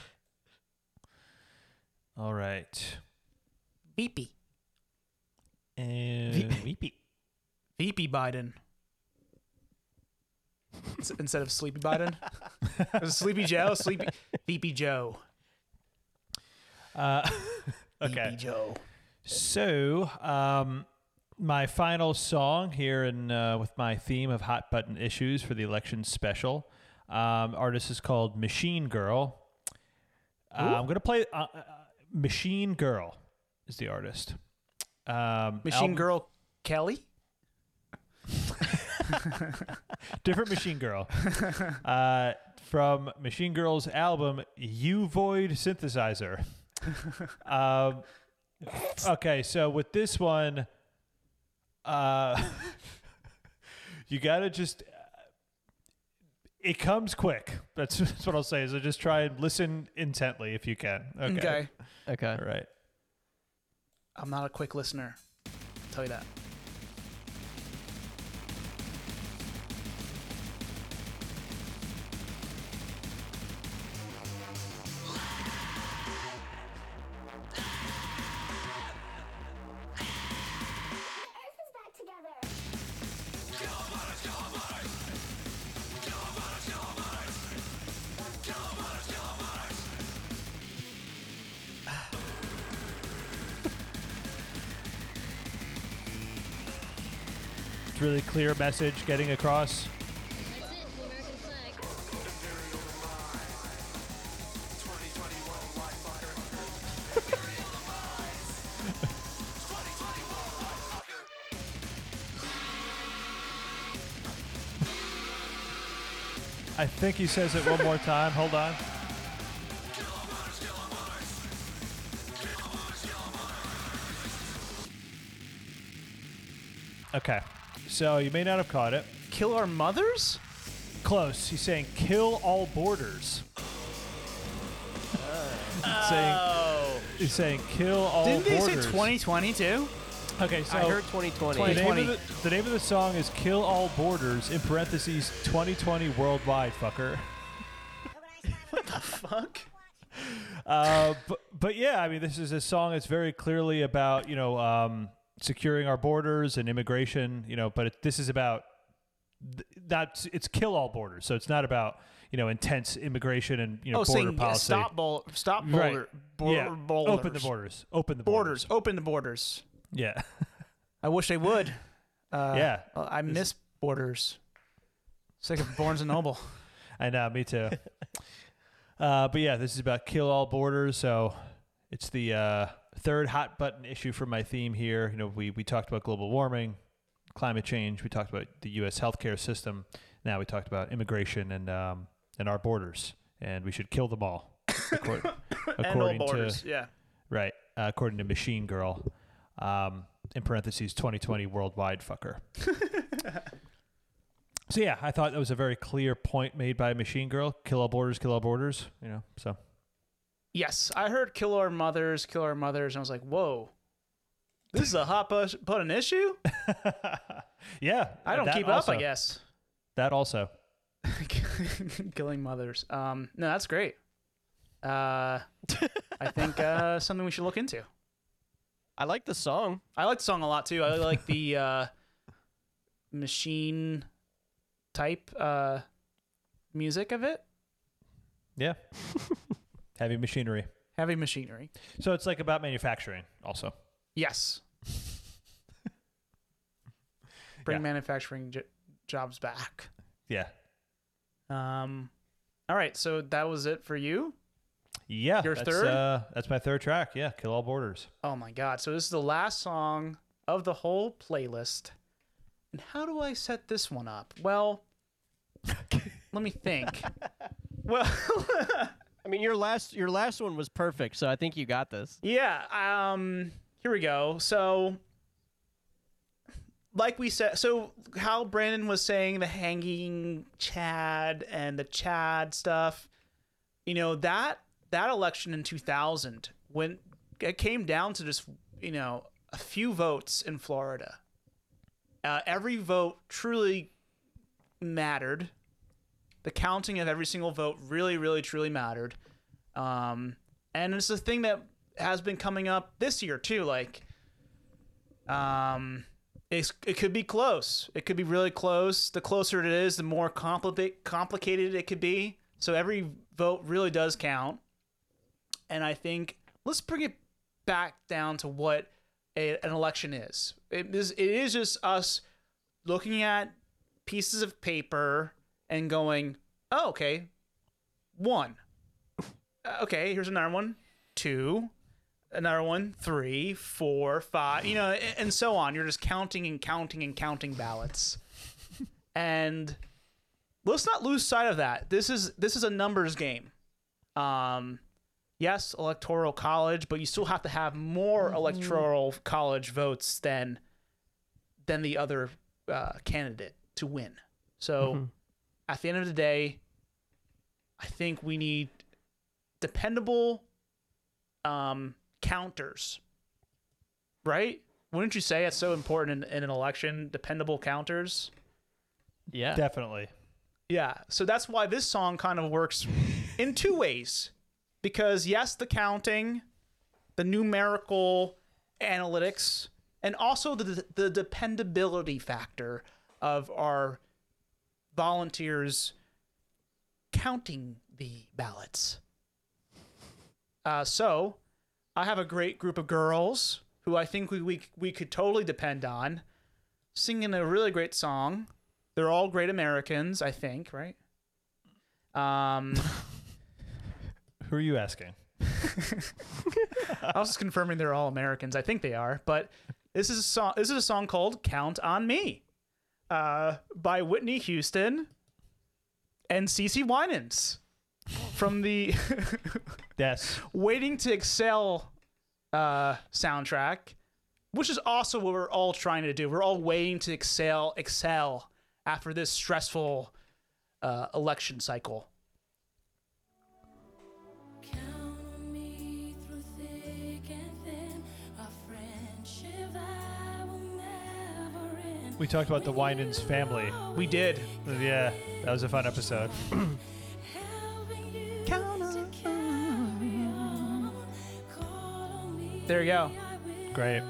Speaker 2: All right.
Speaker 3: VP,
Speaker 2: And weepy.
Speaker 3: VP Biden. S- Instead of
Speaker 1: [laughs]
Speaker 3: Sleepy Biden, It was Sleepy Joe, Sleepy VP Joe,
Speaker 2: [laughs] Uh,
Speaker 3: VP
Speaker 2: okay.
Speaker 3: Joe.
Speaker 2: So, um, my final song here, and uh, with my theme of hot button issues for the election special, um, artist is called Machine Girl. Uh, I'm gonna play uh, uh, Machine Girl is the artist. Um,
Speaker 3: Machine
Speaker 2: album-
Speaker 3: Girl Kelly.
Speaker 2: different Machine Girl. uh, from Machine Girl's album "You Void Synthesizer." um, okay, so with this one, [laughs] uh, you gotta just uh, It comes quick. That's, [laughs] that's what I'll say. Is I just try and listen intently if you can. Okay.
Speaker 3: Okay.
Speaker 1: Okay.
Speaker 2: All right.
Speaker 3: I'm not a quick listener. tell you that.
Speaker 2: It's really clear message getting across. I think he says it one more time. Hold on. Okay. So you may not have caught it.
Speaker 3: Kill our mothers?
Speaker 2: Close. He's saying kill all
Speaker 3: [laughs]
Speaker 2: borders. he's, saying,
Speaker 3: Oh.
Speaker 2: he's saying kill all
Speaker 3: Didn't they
Speaker 2: borders.
Speaker 3: say 2022?
Speaker 2: Okay, so
Speaker 1: I heard 2020.
Speaker 2: the name, of
Speaker 3: 2020.
Speaker 2: the, the name of the song is Kill All Borders in parentheses 2020 worldwide, fucker.
Speaker 3: Fuck.
Speaker 2: Uh, but, but yeah, I mean, this is a song that's very clearly about, you know, um, securing our borders and immigration, you know, but it, this is about th- not, it's kill all borders. So it's not about, you know, intense immigration and, you know,
Speaker 3: oh,
Speaker 2: border
Speaker 3: saying yeah,
Speaker 2: policy.
Speaker 3: stop, bol- stop
Speaker 2: Right.
Speaker 3: border, bor-
Speaker 2: yeah.
Speaker 3: borders.
Speaker 2: Open the borders. Open the
Speaker 3: Borders. Open the borders.
Speaker 2: Yeah.
Speaker 3: I wish they would. Uh,
Speaker 2: Yeah.
Speaker 3: I miss borders. Sick of Barnes and Noble.
Speaker 2: I know, me
Speaker 3: [laughs]
Speaker 2: too. uh, but yeah, this is about kill all borders. So it's the uh, third hot button issue for my theme here. You know, we, we talked about global warming, climate change. We talked about the U.S. healthcare system. Now we talked about immigration and um, and our borders, and we should kill them all. According,
Speaker 3: [coughs] and all
Speaker 2: [laughs] according
Speaker 3: borders.
Speaker 2: to
Speaker 3: yeah.
Speaker 2: right, uh, according to Machine Girl, um, in parentheses, 2020 worldwide fucker.
Speaker 3: [laughs]
Speaker 2: So yeah, I thought that was a very clear point made by Machine Girl. Kill all borders, kill all borders. You know,
Speaker 3: [laughs]
Speaker 2: so
Speaker 3: Yes, I heard "kill our mothers, kill our mothers," and I was like, "Whoa, this is a hot bus- button issue."
Speaker 2: yeah,
Speaker 3: I don't
Speaker 2: that
Speaker 3: keep
Speaker 2: also.
Speaker 3: up. I guess
Speaker 2: that also.
Speaker 3: [laughs] killing mothers. Um, no, that's great. Uh, I think uh, something we should look into.
Speaker 1: I like the song.
Speaker 3: I like the song a lot too. I like the uh, machine type uh, music of it. [laughs]
Speaker 2: Yeah, heavy machinery.
Speaker 3: Heavy machinery.
Speaker 2: So it's like about manufacturing also.
Speaker 3: Yes. Bring
Speaker 2: Yeah.
Speaker 3: manufacturing j- jobs back.
Speaker 2: Yeah,
Speaker 3: Um, all right, so that was it for you.
Speaker 2: yeah.
Speaker 3: Your
Speaker 2: that's,
Speaker 3: third?
Speaker 2: Uh, that's my third track. Yeah, kill all borders.
Speaker 3: Oh my god! So this is the last song of the whole playlist. And how do I set this one up? Well, let me think. well,
Speaker 1: I mean, your last your last one was perfect, so I think you got this.
Speaker 3: yeah. Um, here we go. So, like we said, so how Brandon was saying the hanging Chad and the Chad stuff. you know that that election in 2000 when it came down to just you know a few votes in Florida uh, every vote truly mattered the counting of every single vote really really truly mattered um, and it's a thing that has been coming up this year too like um it's, it could be close. It could be really close. The closer it is, the more compli- complicated it could be. So every vote really does count. And I think let's bring it back down to what a, an election is. It is. It is just us looking at pieces of paper and going, oh, okay, one. Uh, Okay, here's another one, two another one, three, four, five, you know, a- and so on. You're just counting and counting and counting ballots. [laughs] and let's not lose sight of that. This is this is a numbers game. Um yes, electoral college, but you still have to have more electoral college votes than than the other uh, candidate to win. So at the end of the day, I think we need dependable um, counters, right? Wouldn't you say it's so important in, in an election? Dependable counters.
Speaker 1: Yeah.
Speaker 2: Definitely.
Speaker 3: Yeah. So that's why this song kind of works in two ways. Because, yes, the counting, the numerical analytics, and also the, the dependability factor of our volunteers counting the ballots. Uh, so I have a great group of girls who I think we, we, we could totally depend on singing a really great song. They're all great Americans, I think, right? Um,
Speaker 2: Who are you asking?
Speaker 3: I was just confirming they're all Americans. I think they are, but this is a song. This is a song called "Count on Me," uh, by Whitney Houston and Cece Winans from the [laughs]
Speaker 2: Yes.
Speaker 3: Waiting to Excel uh, soundtrack, which is also what we're all trying to do. We're all waiting to excel, excel after this stressful uh, election cycle.
Speaker 2: We talked about the Winans family.
Speaker 3: We did.
Speaker 2: Yeah, that was a fun episode.
Speaker 3: There you go.
Speaker 2: Great.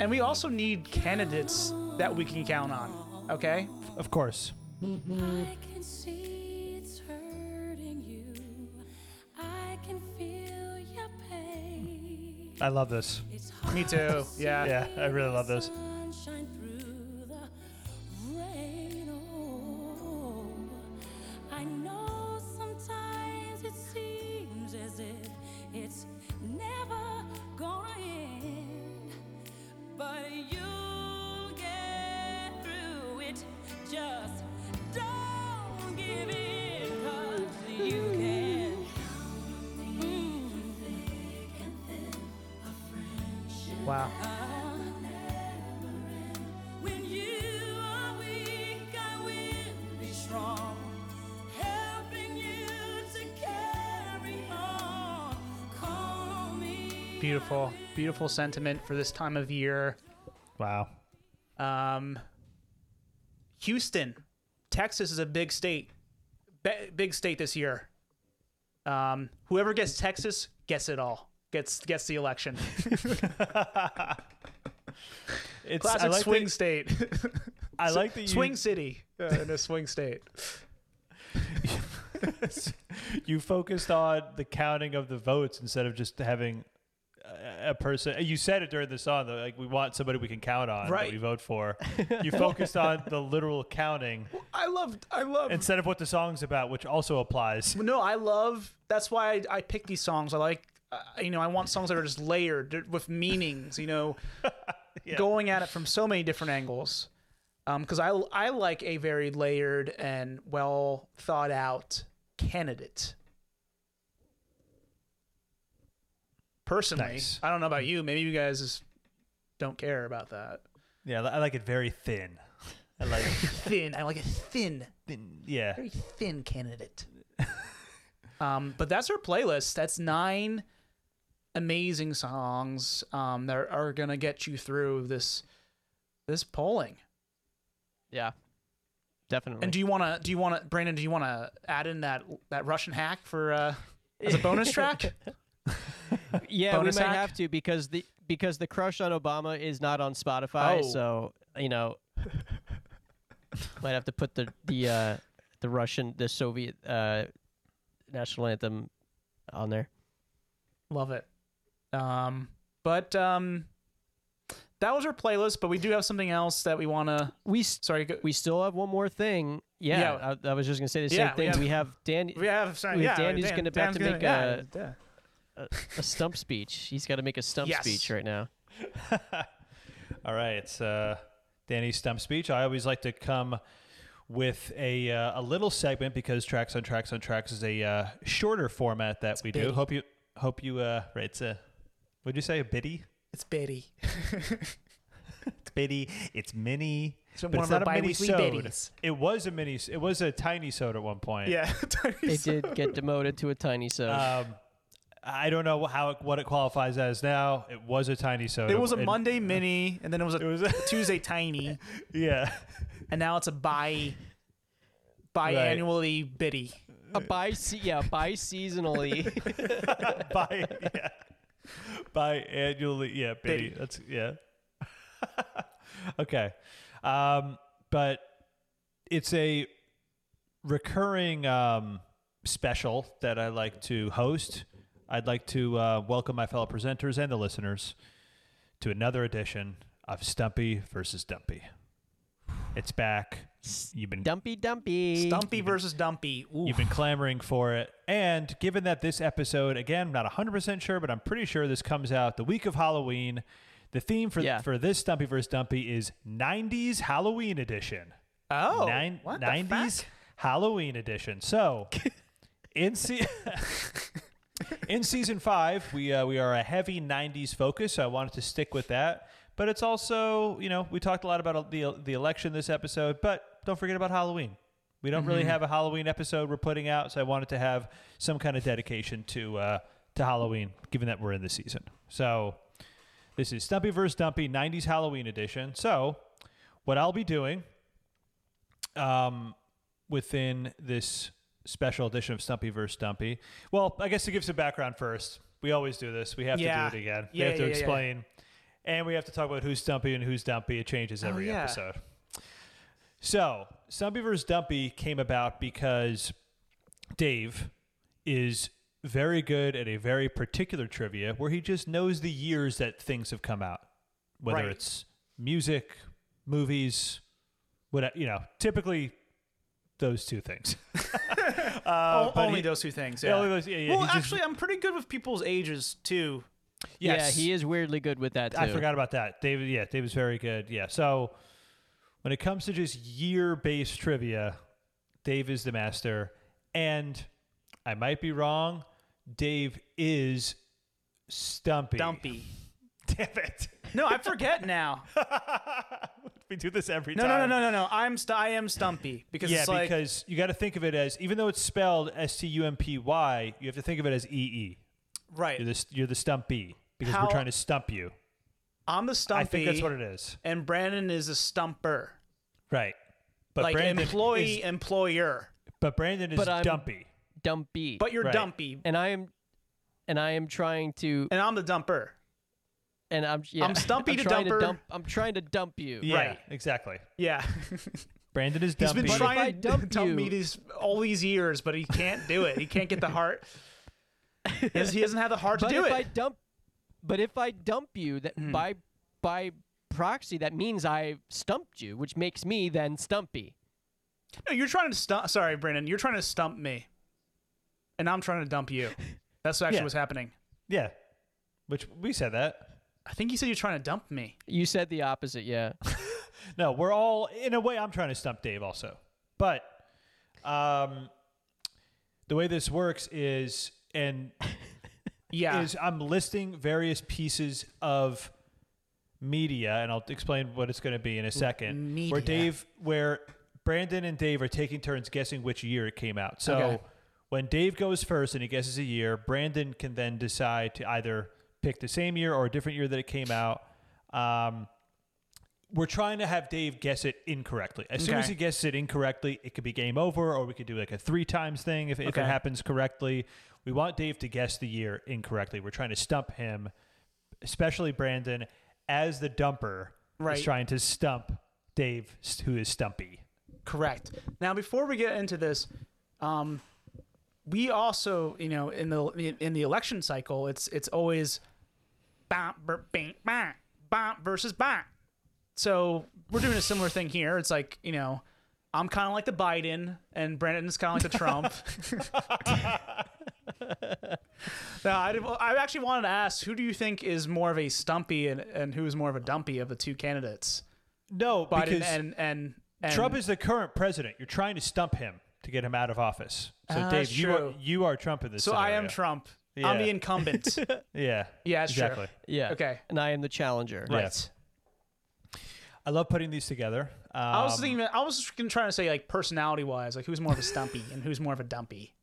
Speaker 3: And we also need candidates that we can count on. Okay?
Speaker 2: Of course.
Speaker 7: I can see it's hurting you. I can feel your pain.
Speaker 2: I love this.
Speaker 3: Me too. Yeah.
Speaker 2: [laughs] Yeah, I really love this.
Speaker 7: Sunshine through the rain. Oh, I know sometimes it seems as if it's never gonna end, but you'll get through it. Just don't give in, 'cause you can. Mm.
Speaker 3: Wow.
Speaker 7: When you are weak, I will be strong, helping you to carry on. Call me.
Speaker 3: Beautiful. Beautiful sentiment for this time of year.
Speaker 2: Wow. [laughs]
Speaker 3: Um, Houston, Texas is a big state. Be- big state this year. Um, whoever gets Texas gets it all. Gets gets the
Speaker 2: [laughs]
Speaker 3: election.
Speaker 2: It's I
Speaker 3: Classic
Speaker 2: like
Speaker 3: swing
Speaker 2: that-
Speaker 3: state.
Speaker 2: I like that you
Speaker 3: [laughs] swing city uh, in a swing state.
Speaker 2: [laughs] you focused on the counting of the votes instead of just having a- a person. You said it during the song though, like we want somebody we can count on that
Speaker 3: Right.
Speaker 2: we vote
Speaker 3: [laughs]
Speaker 2: for. You focused on the literal counting
Speaker 3: I love I love
Speaker 2: instead of what the song's about, which also
Speaker 3: [laughs]
Speaker 2: applies.
Speaker 3: No, I love. That's why I, I pick these songs. I like, uh, you know, I want songs that are just layered they're- with meanings. You [laughs] know, going at it from so many different angles. Because I I like a very layered and well thought out candidate. Personally,
Speaker 2: Nice.
Speaker 3: I don't know about you. Maybe you guys just don't care about that.
Speaker 2: Yeah, I like it very thin. I like
Speaker 3: Thin. I like a thin
Speaker 2: thin. Yeah.
Speaker 3: very thin candidate. [laughs] um, but that's our playlist. That's nine amazing songs um, that are gonna get you through this this polling.
Speaker 1: Yeah. Definitely.
Speaker 3: And do you wanna do you wanna Brandon? Do you wanna add in that that Russian hack for uh, as a bonus [laughs] track?
Speaker 1: yeah, we might
Speaker 3: bonus hack?
Speaker 1: have to because the because the crush on Obama is not on Spotify,
Speaker 3: Oh.
Speaker 1: so you know might have to put the the uh, the Russian the Soviet uh, national anthem on there.
Speaker 3: Love it. Um, but um, that was our playlist. But we do have something else that we wanna.
Speaker 1: We s-
Speaker 3: Sorry, go,
Speaker 1: we still have one more thing. Yeah, I, I was just gonna say the
Speaker 3: Yeah,
Speaker 1: same thing. We
Speaker 3: we
Speaker 1: have, Dan.
Speaker 3: [laughs] we have. Sorry,
Speaker 1: we
Speaker 3: yeah,
Speaker 1: have Danny's
Speaker 3: Dan-
Speaker 1: gonna about
Speaker 3: Dan's
Speaker 1: to make
Speaker 3: yeah,
Speaker 1: a-
Speaker 3: yeah.
Speaker 1: a, a stump speech. He's got to make a stump
Speaker 3: Yes.
Speaker 1: speech right
Speaker 3: [laughs]
Speaker 1: now.
Speaker 2: [laughs] All right, it's uh, Danny's stump speech. I always like to come with a uh, a little segment because tracks on tracks on tracks is a uh, shorter format that we do. Hope you hope you uh, right. It's a Would you say a biddy?
Speaker 3: It's [laughs] Betty.
Speaker 2: It's biddy. It's mini.
Speaker 3: It's
Speaker 2: but
Speaker 3: one of
Speaker 2: not
Speaker 3: our
Speaker 2: a
Speaker 3: bi-weekly
Speaker 2: mini-sode.
Speaker 3: biddies.
Speaker 2: It was a mini. It was a tiny soda at one point.
Speaker 3: Yeah, [laughs]
Speaker 1: They did get demoted to a tiny soda.
Speaker 3: Uh,
Speaker 2: Um, I don't know how it, what it qualifies as now. It was a tiny soda.
Speaker 3: It was a
Speaker 2: It-
Speaker 3: Monday mini, and then it was a,
Speaker 2: [laughs]
Speaker 3: Tuesday tiny,
Speaker 2: Yeah. [laughs]
Speaker 3: and now it's a bi biannually biddy.
Speaker 1: a bi yeah
Speaker 3: [laughs]
Speaker 1: bi-seasonally
Speaker 2: [laughs] by yeah. by annually yeah Biddy.
Speaker 3: Biddy.
Speaker 2: that's yeah [laughs] okay um but it's a recurring um special that i like to host i'd like to uh, welcome my fellow presenters and the listeners to another edition of stumpy versus dumpy it's back you've been
Speaker 1: dumpy dumpy
Speaker 3: Stumpy versus Dumpy. Ooh,
Speaker 2: You've been clamoring for it. And given that this episode, again, I'm not 100% sure, but I'm pretty sure this comes out the week of Halloween. The theme for
Speaker 1: Yeah.
Speaker 2: for this Stumpy vs. Dumpy is 90s Halloween edition.
Speaker 3: oh,
Speaker 2: Nine-
Speaker 3: what the
Speaker 2: 90s
Speaker 3: fuck?
Speaker 2: Halloween edition.
Speaker 3: [laughs]
Speaker 2: So, in se- [laughs] in season 5, we uh, we are a heavy 90s focus, so I wanted to stick with that. But it's also, you know, we talked a lot about the the election this episode, but don't forget about Halloween. We don't really have a Halloween episode we're putting out, so I wanted to have some kind of dedication to uh, to Halloween, given that we're in the season. So this is Stumpy vs. Dumpy 90s Halloween edition. So what I'll be doing um, within this special edition of Stumpy vs. Dumpy, well, I guess to give some background first, we always do this. We have
Speaker 3: Yeah.
Speaker 2: to do it again.
Speaker 3: Yeah,
Speaker 2: we have to
Speaker 3: yeah, yeah, yeah.
Speaker 2: explain. And we have to talk about who's Stumpy and who's Dumpy. It changes
Speaker 3: Oh,
Speaker 2: every
Speaker 3: yeah.
Speaker 2: episode. So, Stumpy vs. Dumpy came about because Dave is very good at a very particular trivia where he just knows the years that things have come out, whether
Speaker 3: Right.
Speaker 2: it's music, movies, what you know, typically those two things. [laughs] but
Speaker 3: O- Oh, only
Speaker 2: he-
Speaker 3: those two things.
Speaker 2: Uh, Yeah,
Speaker 3: Yeah.
Speaker 2: only those- yeah, yeah,
Speaker 3: well,
Speaker 2: he just-
Speaker 3: actually, I'm pretty good with people's ages too.
Speaker 1: yeah he is weirdly good with that too.
Speaker 2: I forgot about that. David, yeah, David's very good. Yeah. So when it comes to just year based trivia, Dave is the master. And I might be wrong, Dave is Stumpy.
Speaker 3: Dumpy.
Speaker 2: [laughs] Damn it.
Speaker 3: No, I forget
Speaker 2: [laughs]
Speaker 3: now.
Speaker 2: we do this every
Speaker 3: No,
Speaker 2: time.
Speaker 3: no, no, no, no, no. I'm st- I am Stumpy because
Speaker 2: Yeah,
Speaker 3: it's like
Speaker 2: because you got to think of it as, even though it's spelled S T U M P Y, you have to think of it as E E.
Speaker 3: right.
Speaker 2: You're the, you're the Stumpy because
Speaker 3: How- E
Speaker 2: we're trying to stump you.
Speaker 3: I'm the Stumpy.
Speaker 2: I think that's what it is.
Speaker 3: and Brandon is a stumper,
Speaker 2: Right. But
Speaker 3: like
Speaker 2: Brandon is
Speaker 3: employee employer.
Speaker 2: But Brandon is
Speaker 1: But I'm-
Speaker 2: dumpy.
Speaker 1: dumpy
Speaker 3: But you're
Speaker 2: Right.
Speaker 3: Dumpy,
Speaker 1: and i am and i am trying to
Speaker 3: and I'm the dumper.
Speaker 1: and i'm yeah,
Speaker 3: I'm stumpy to
Speaker 1: trying
Speaker 3: dumper.
Speaker 1: dump i'm trying to dump you
Speaker 2: Yeah,
Speaker 3: Right.
Speaker 2: exactly. [laughs]
Speaker 3: Yeah,
Speaker 2: Brandon is
Speaker 3: he's
Speaker 2: dumpy.
Speaker 3: been
Speaker 1: if I
Speaker 3: trying to
Speaker 1: dump
Speaker 3: dump me
Speaker 1: you-
Speaker 3: these all these years, but he can't do it. He can't get the heart. He doesn't- he doesn't have the heart to
Speaker 1: but
Speaker 3: do
Speaker 1: if
Speaker 3: it. Hmm.
Speaker 1: i dump but if i dump you that by by proxy that means i stumped you which makes me then stumpy
Speaker 3: No, you're trying to stump. Sorry, Brandon. You're trying to stump me, and I'm trying to dump you. That's actually
Speaker 2: Yeah.
Speaker 3: what's happening.
Speaker 2: yeah. Which we said that.
Speaker 3: I think you said you're trying to dump me.
Speaker 1: you said the opposite
Speaker 3: [laughs]
Speaker 1: yeah
Speaker 2: No, we're all in a way I'm trying to stump Dave also. But um the way this works is and
Speaker 3: Yeah.
Speaker 2: is I'm listing various pieces of media, and I'll explain what it's going to be in a second. Where
Speaker 3: media.
Speaker 2: Dave, where Brandon and Dave are taking turns guessing which year it came out. So
Speaker 3: Okay.
Speaker 2: when Dave goes first and he guesses a year, Brandon can then decide to either pick the same year or a different year that it came out. Um, we're trying to have Dave guess it incorrectly. As soon
Speaker 3: Okay.
Speaker 2: as he guesses it incorrectly, it could be game over, or we could do like a three times thing if, if
Speaker 3: Okay.
Speaker 2: it happens correctly. We want Dave to guess the year incorrectly. We're trying to stump him, especially Brandon, as the dumper
Speaker 3: Right.
Speaker 2: is trying to stump Dave, s- who is stumpy.
Speaker 3: Correct. Now, before we get into this, um, we also, you know, in the in the election cycle, it's it's always bang, bur- bang, bang, bang versus bang. So we're doing a similar thing here. It's like you know, I'm kind of like the Biden, and Brandon's kind of like
Speaker 2: [laughs]
Speaker 3: the Trump. no, I, did- I actually wanted to ask, who do you think is more of a stumpy and, and who is more of a dumpy of the two candidates,
Speaker 2: No,
Speaker 3: Biden
Speaker 2: because
Speaker 3: and, and and
Speaker 2: Trump is the current president. You're trying to stump him to get him out of office. So
Speaker 3: Ah,
Speaker 2: Dave, you are
Speaker 3: true.
Speaker 2: you are Trump in this.
Speaker 3: So I am
Speaker 2: scenario.
Speaker 3: Trump. I'm
Speaker 1: Yeah.
Speaker 3: the [laughs] incumbent.
Speaker 2: yeah.
Speaker 3: Yeah, sure.
Speaker 2: Exactly.
Speaker 1: Yeah.
Speaker 3: Okay.
Speaker 1: And I am the challenger.
Speaker 2: Right. I love putting these together. Um,
Speaker 3: I was thinking. I was just gonna- trying to say like personality wise, like who's more of a stumpy and who's more of a dumpy.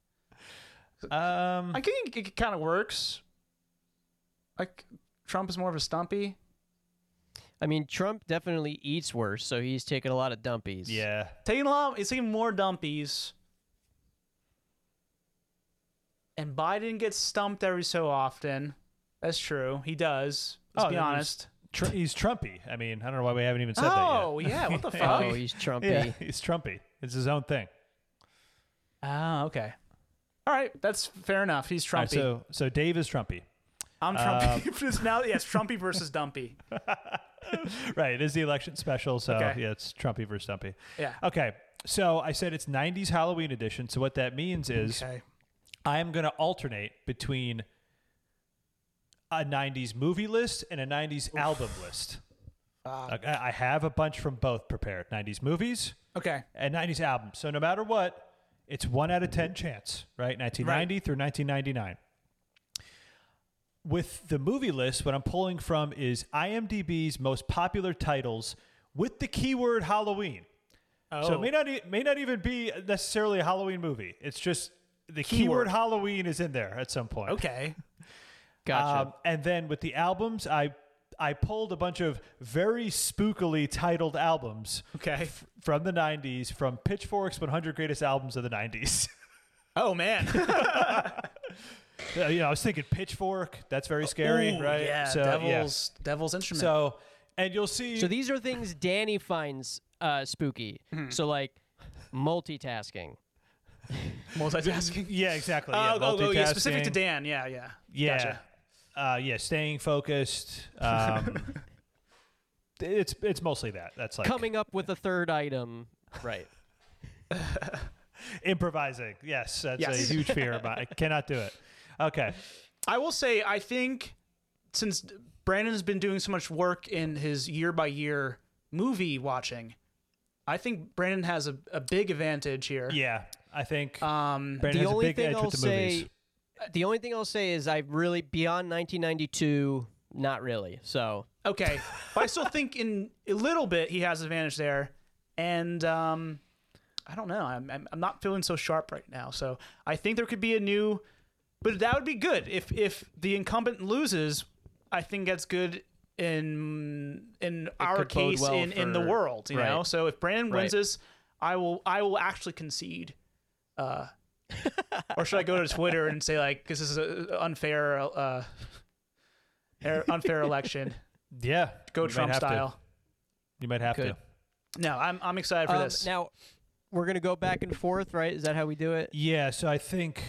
Speaker 2: Um,
Speaker 3: I think it kind of works. Like Trump is more of a stumpy.
Speaker 1: I mean, Trump definitely eats worse, so he's taking a lot of dumpies.
Speaker 2: Yeah.
Speaker 3: Taking a lot. It's even more dumpies. And Biden gets stumped every so often. That's true. He does. Let's
Speaker 2: oh,
Speaker 3: be
Speaker 2: then he's
Speaker 3: honest.
Speaker 2: Tr- he's Trumpy. I mean, I don't know why we haven't even said that yet. [laughs]
Speaker 3: Oh, yeah, [laughs] what the fuck?
Speaker 1: Oh, he's Trumpy.
Speaker 2: Yeah, he's Trumpy. It's his own thing.
Speaker 3: Ah, okay. All right, that's fair enough. He's
Speaker 2: All right,
Speaker 3: Trumpy.
Speaker 2: so, so Dave is Trumpy. [laughs]
Speaker 3: I'm Trumpy. [laughs] now, yes, Trumpy versus Dumpy.
Speaker 2: right. It is the election special. So,
Speaker 3: Okay.
Speaker 2: yeah, it's Trumpy versus Dumpy.
Speaker 3: Yeah.
Speaker 2: Okay. So I said it's 90s Halloween edition. So, what that means is
Speaker 3: Okay.
Speaker 2: I'm going to alternate between a 90s movie list and a 90s album list.
Speaker 3: Fuck.
Speaker 2: Like, I I have a bunch from both prepared 90s movies
Speaker 3: Okay.
Speaker 2: and 90s albums. So, no matter what, it's one out of 10 chance, right? 1990 through 1999. With the movie list, what I'm pulling from is IMDb's most popular titles with the keyword Halloween. So
Speaker 3: Oh.
Speaker 2: it may not e- may not even be necessarily a Halloween movie. It's just the keyword,
Speaker 3: Keyword.
Speaker 2: Halloween is in there at some point.
Speaker 3: Okay.
Speaker 1: Gotcha.
Speaker 2: Um, and then with the albums, I I pulled a bunch of very spookily titled albums
Speaker 3: Okay.
Speaker 2: from the '90s from Pitchfork's 100 Greatest Albums of the '90s.
Speaker 3: Oh man.
Speaker 2: [laughs] Uh, you know, I was thinking Pitchfork. That's [laughs] very scary,
Speaker 3: Uh, Ooh,
Speaker 2: right?
Speaker 3: Yeah.
Speaker 2: So, yeah.
Speaker 3: devil's Devil's instrument.
Speaker 2: So and you'll see.
Speaker 1: so these are things Danny finds uh, spooky.
Speaker 3: Hmm.
Speaker 1: So like multitasking.
Speaker 3: [laughs] multitasking.
Speaker 2: [laughs]
Speaker 3: [laughs]
Speaker 2: yeah, exactly.
Speaker 3: Oh,
Speaker 2: yeah,
Speaker 3: oh, oh, yeah, specific to
Speaker 2: multitasking.
Speaker 3: Dan. Yeah, yeah.
Speaker 2: Yeah.
Speaker 3: Gotcha.
Speaker 2: Uh, yeah, staying focused. Um, [laughs] it's it's mostly that. That's like
Speaker 1: Coming up with a third item. Right.
Speaker 2: improvising. Yes, that's
Speaker 3: Yes.
Speaker 2: a huge fear of mine. I cannot do it. Okay.
Speaker 3: I will say, I think since Brandon's been doing so much work in his year by year movie watching, I think Brandon has a, a big advantage here.
Speaker 2: Yeah, I think
Speaker 3: Um,
Speaker 2: Brandon
Speaker 1: the
Speaker 2: has a
Speaker 1: only
Speaker 2: big
Speaker 1: thing
Speaker 2: edge
Speaker 1: I'll
Speaker 2: with the movies.
Speaker 1: say, Uh, the only thing I'll say is I really beyond 1992, not really. So
Speaker 3: Okay, but I still think in a little bit he has advantage there, and um, I don't know. I'm, I'm I'm not feeling so sharp right now, so I think there could be a new, but that would be good if if the incumbent loses. I think that's good in in our
Speaker 1: could bode
Speaker 3: case
Speaker 1: well
Speaker 3: in in the
Speaker 1: for-
Speaker 3: world, you know.
Speaker 1: right.
Speaker 3: So if Brandon wins
Speaker 1: Right.
Speaker 3: this, I will I will actually concede. Uh, or should I go to Twitter and say like this is an unfair uh, unfair election?
Speaker 2: Yeah,
Speaker 3: Go
Speaker 2: you might
Speaker 3: Trump
Speaker 2: have to.
Speaker 3: style.
Speaker 2: You might have
Speaker 1: Good.
Speaker 2: to.
Speaker 3: No, I'm I'm excited for
Speaker 1: um,
Speaker 3: this.
Speaker 1: now we're gonna go back and forth, right? Is that how we do it?
Speaker 2: Yeah. So I think.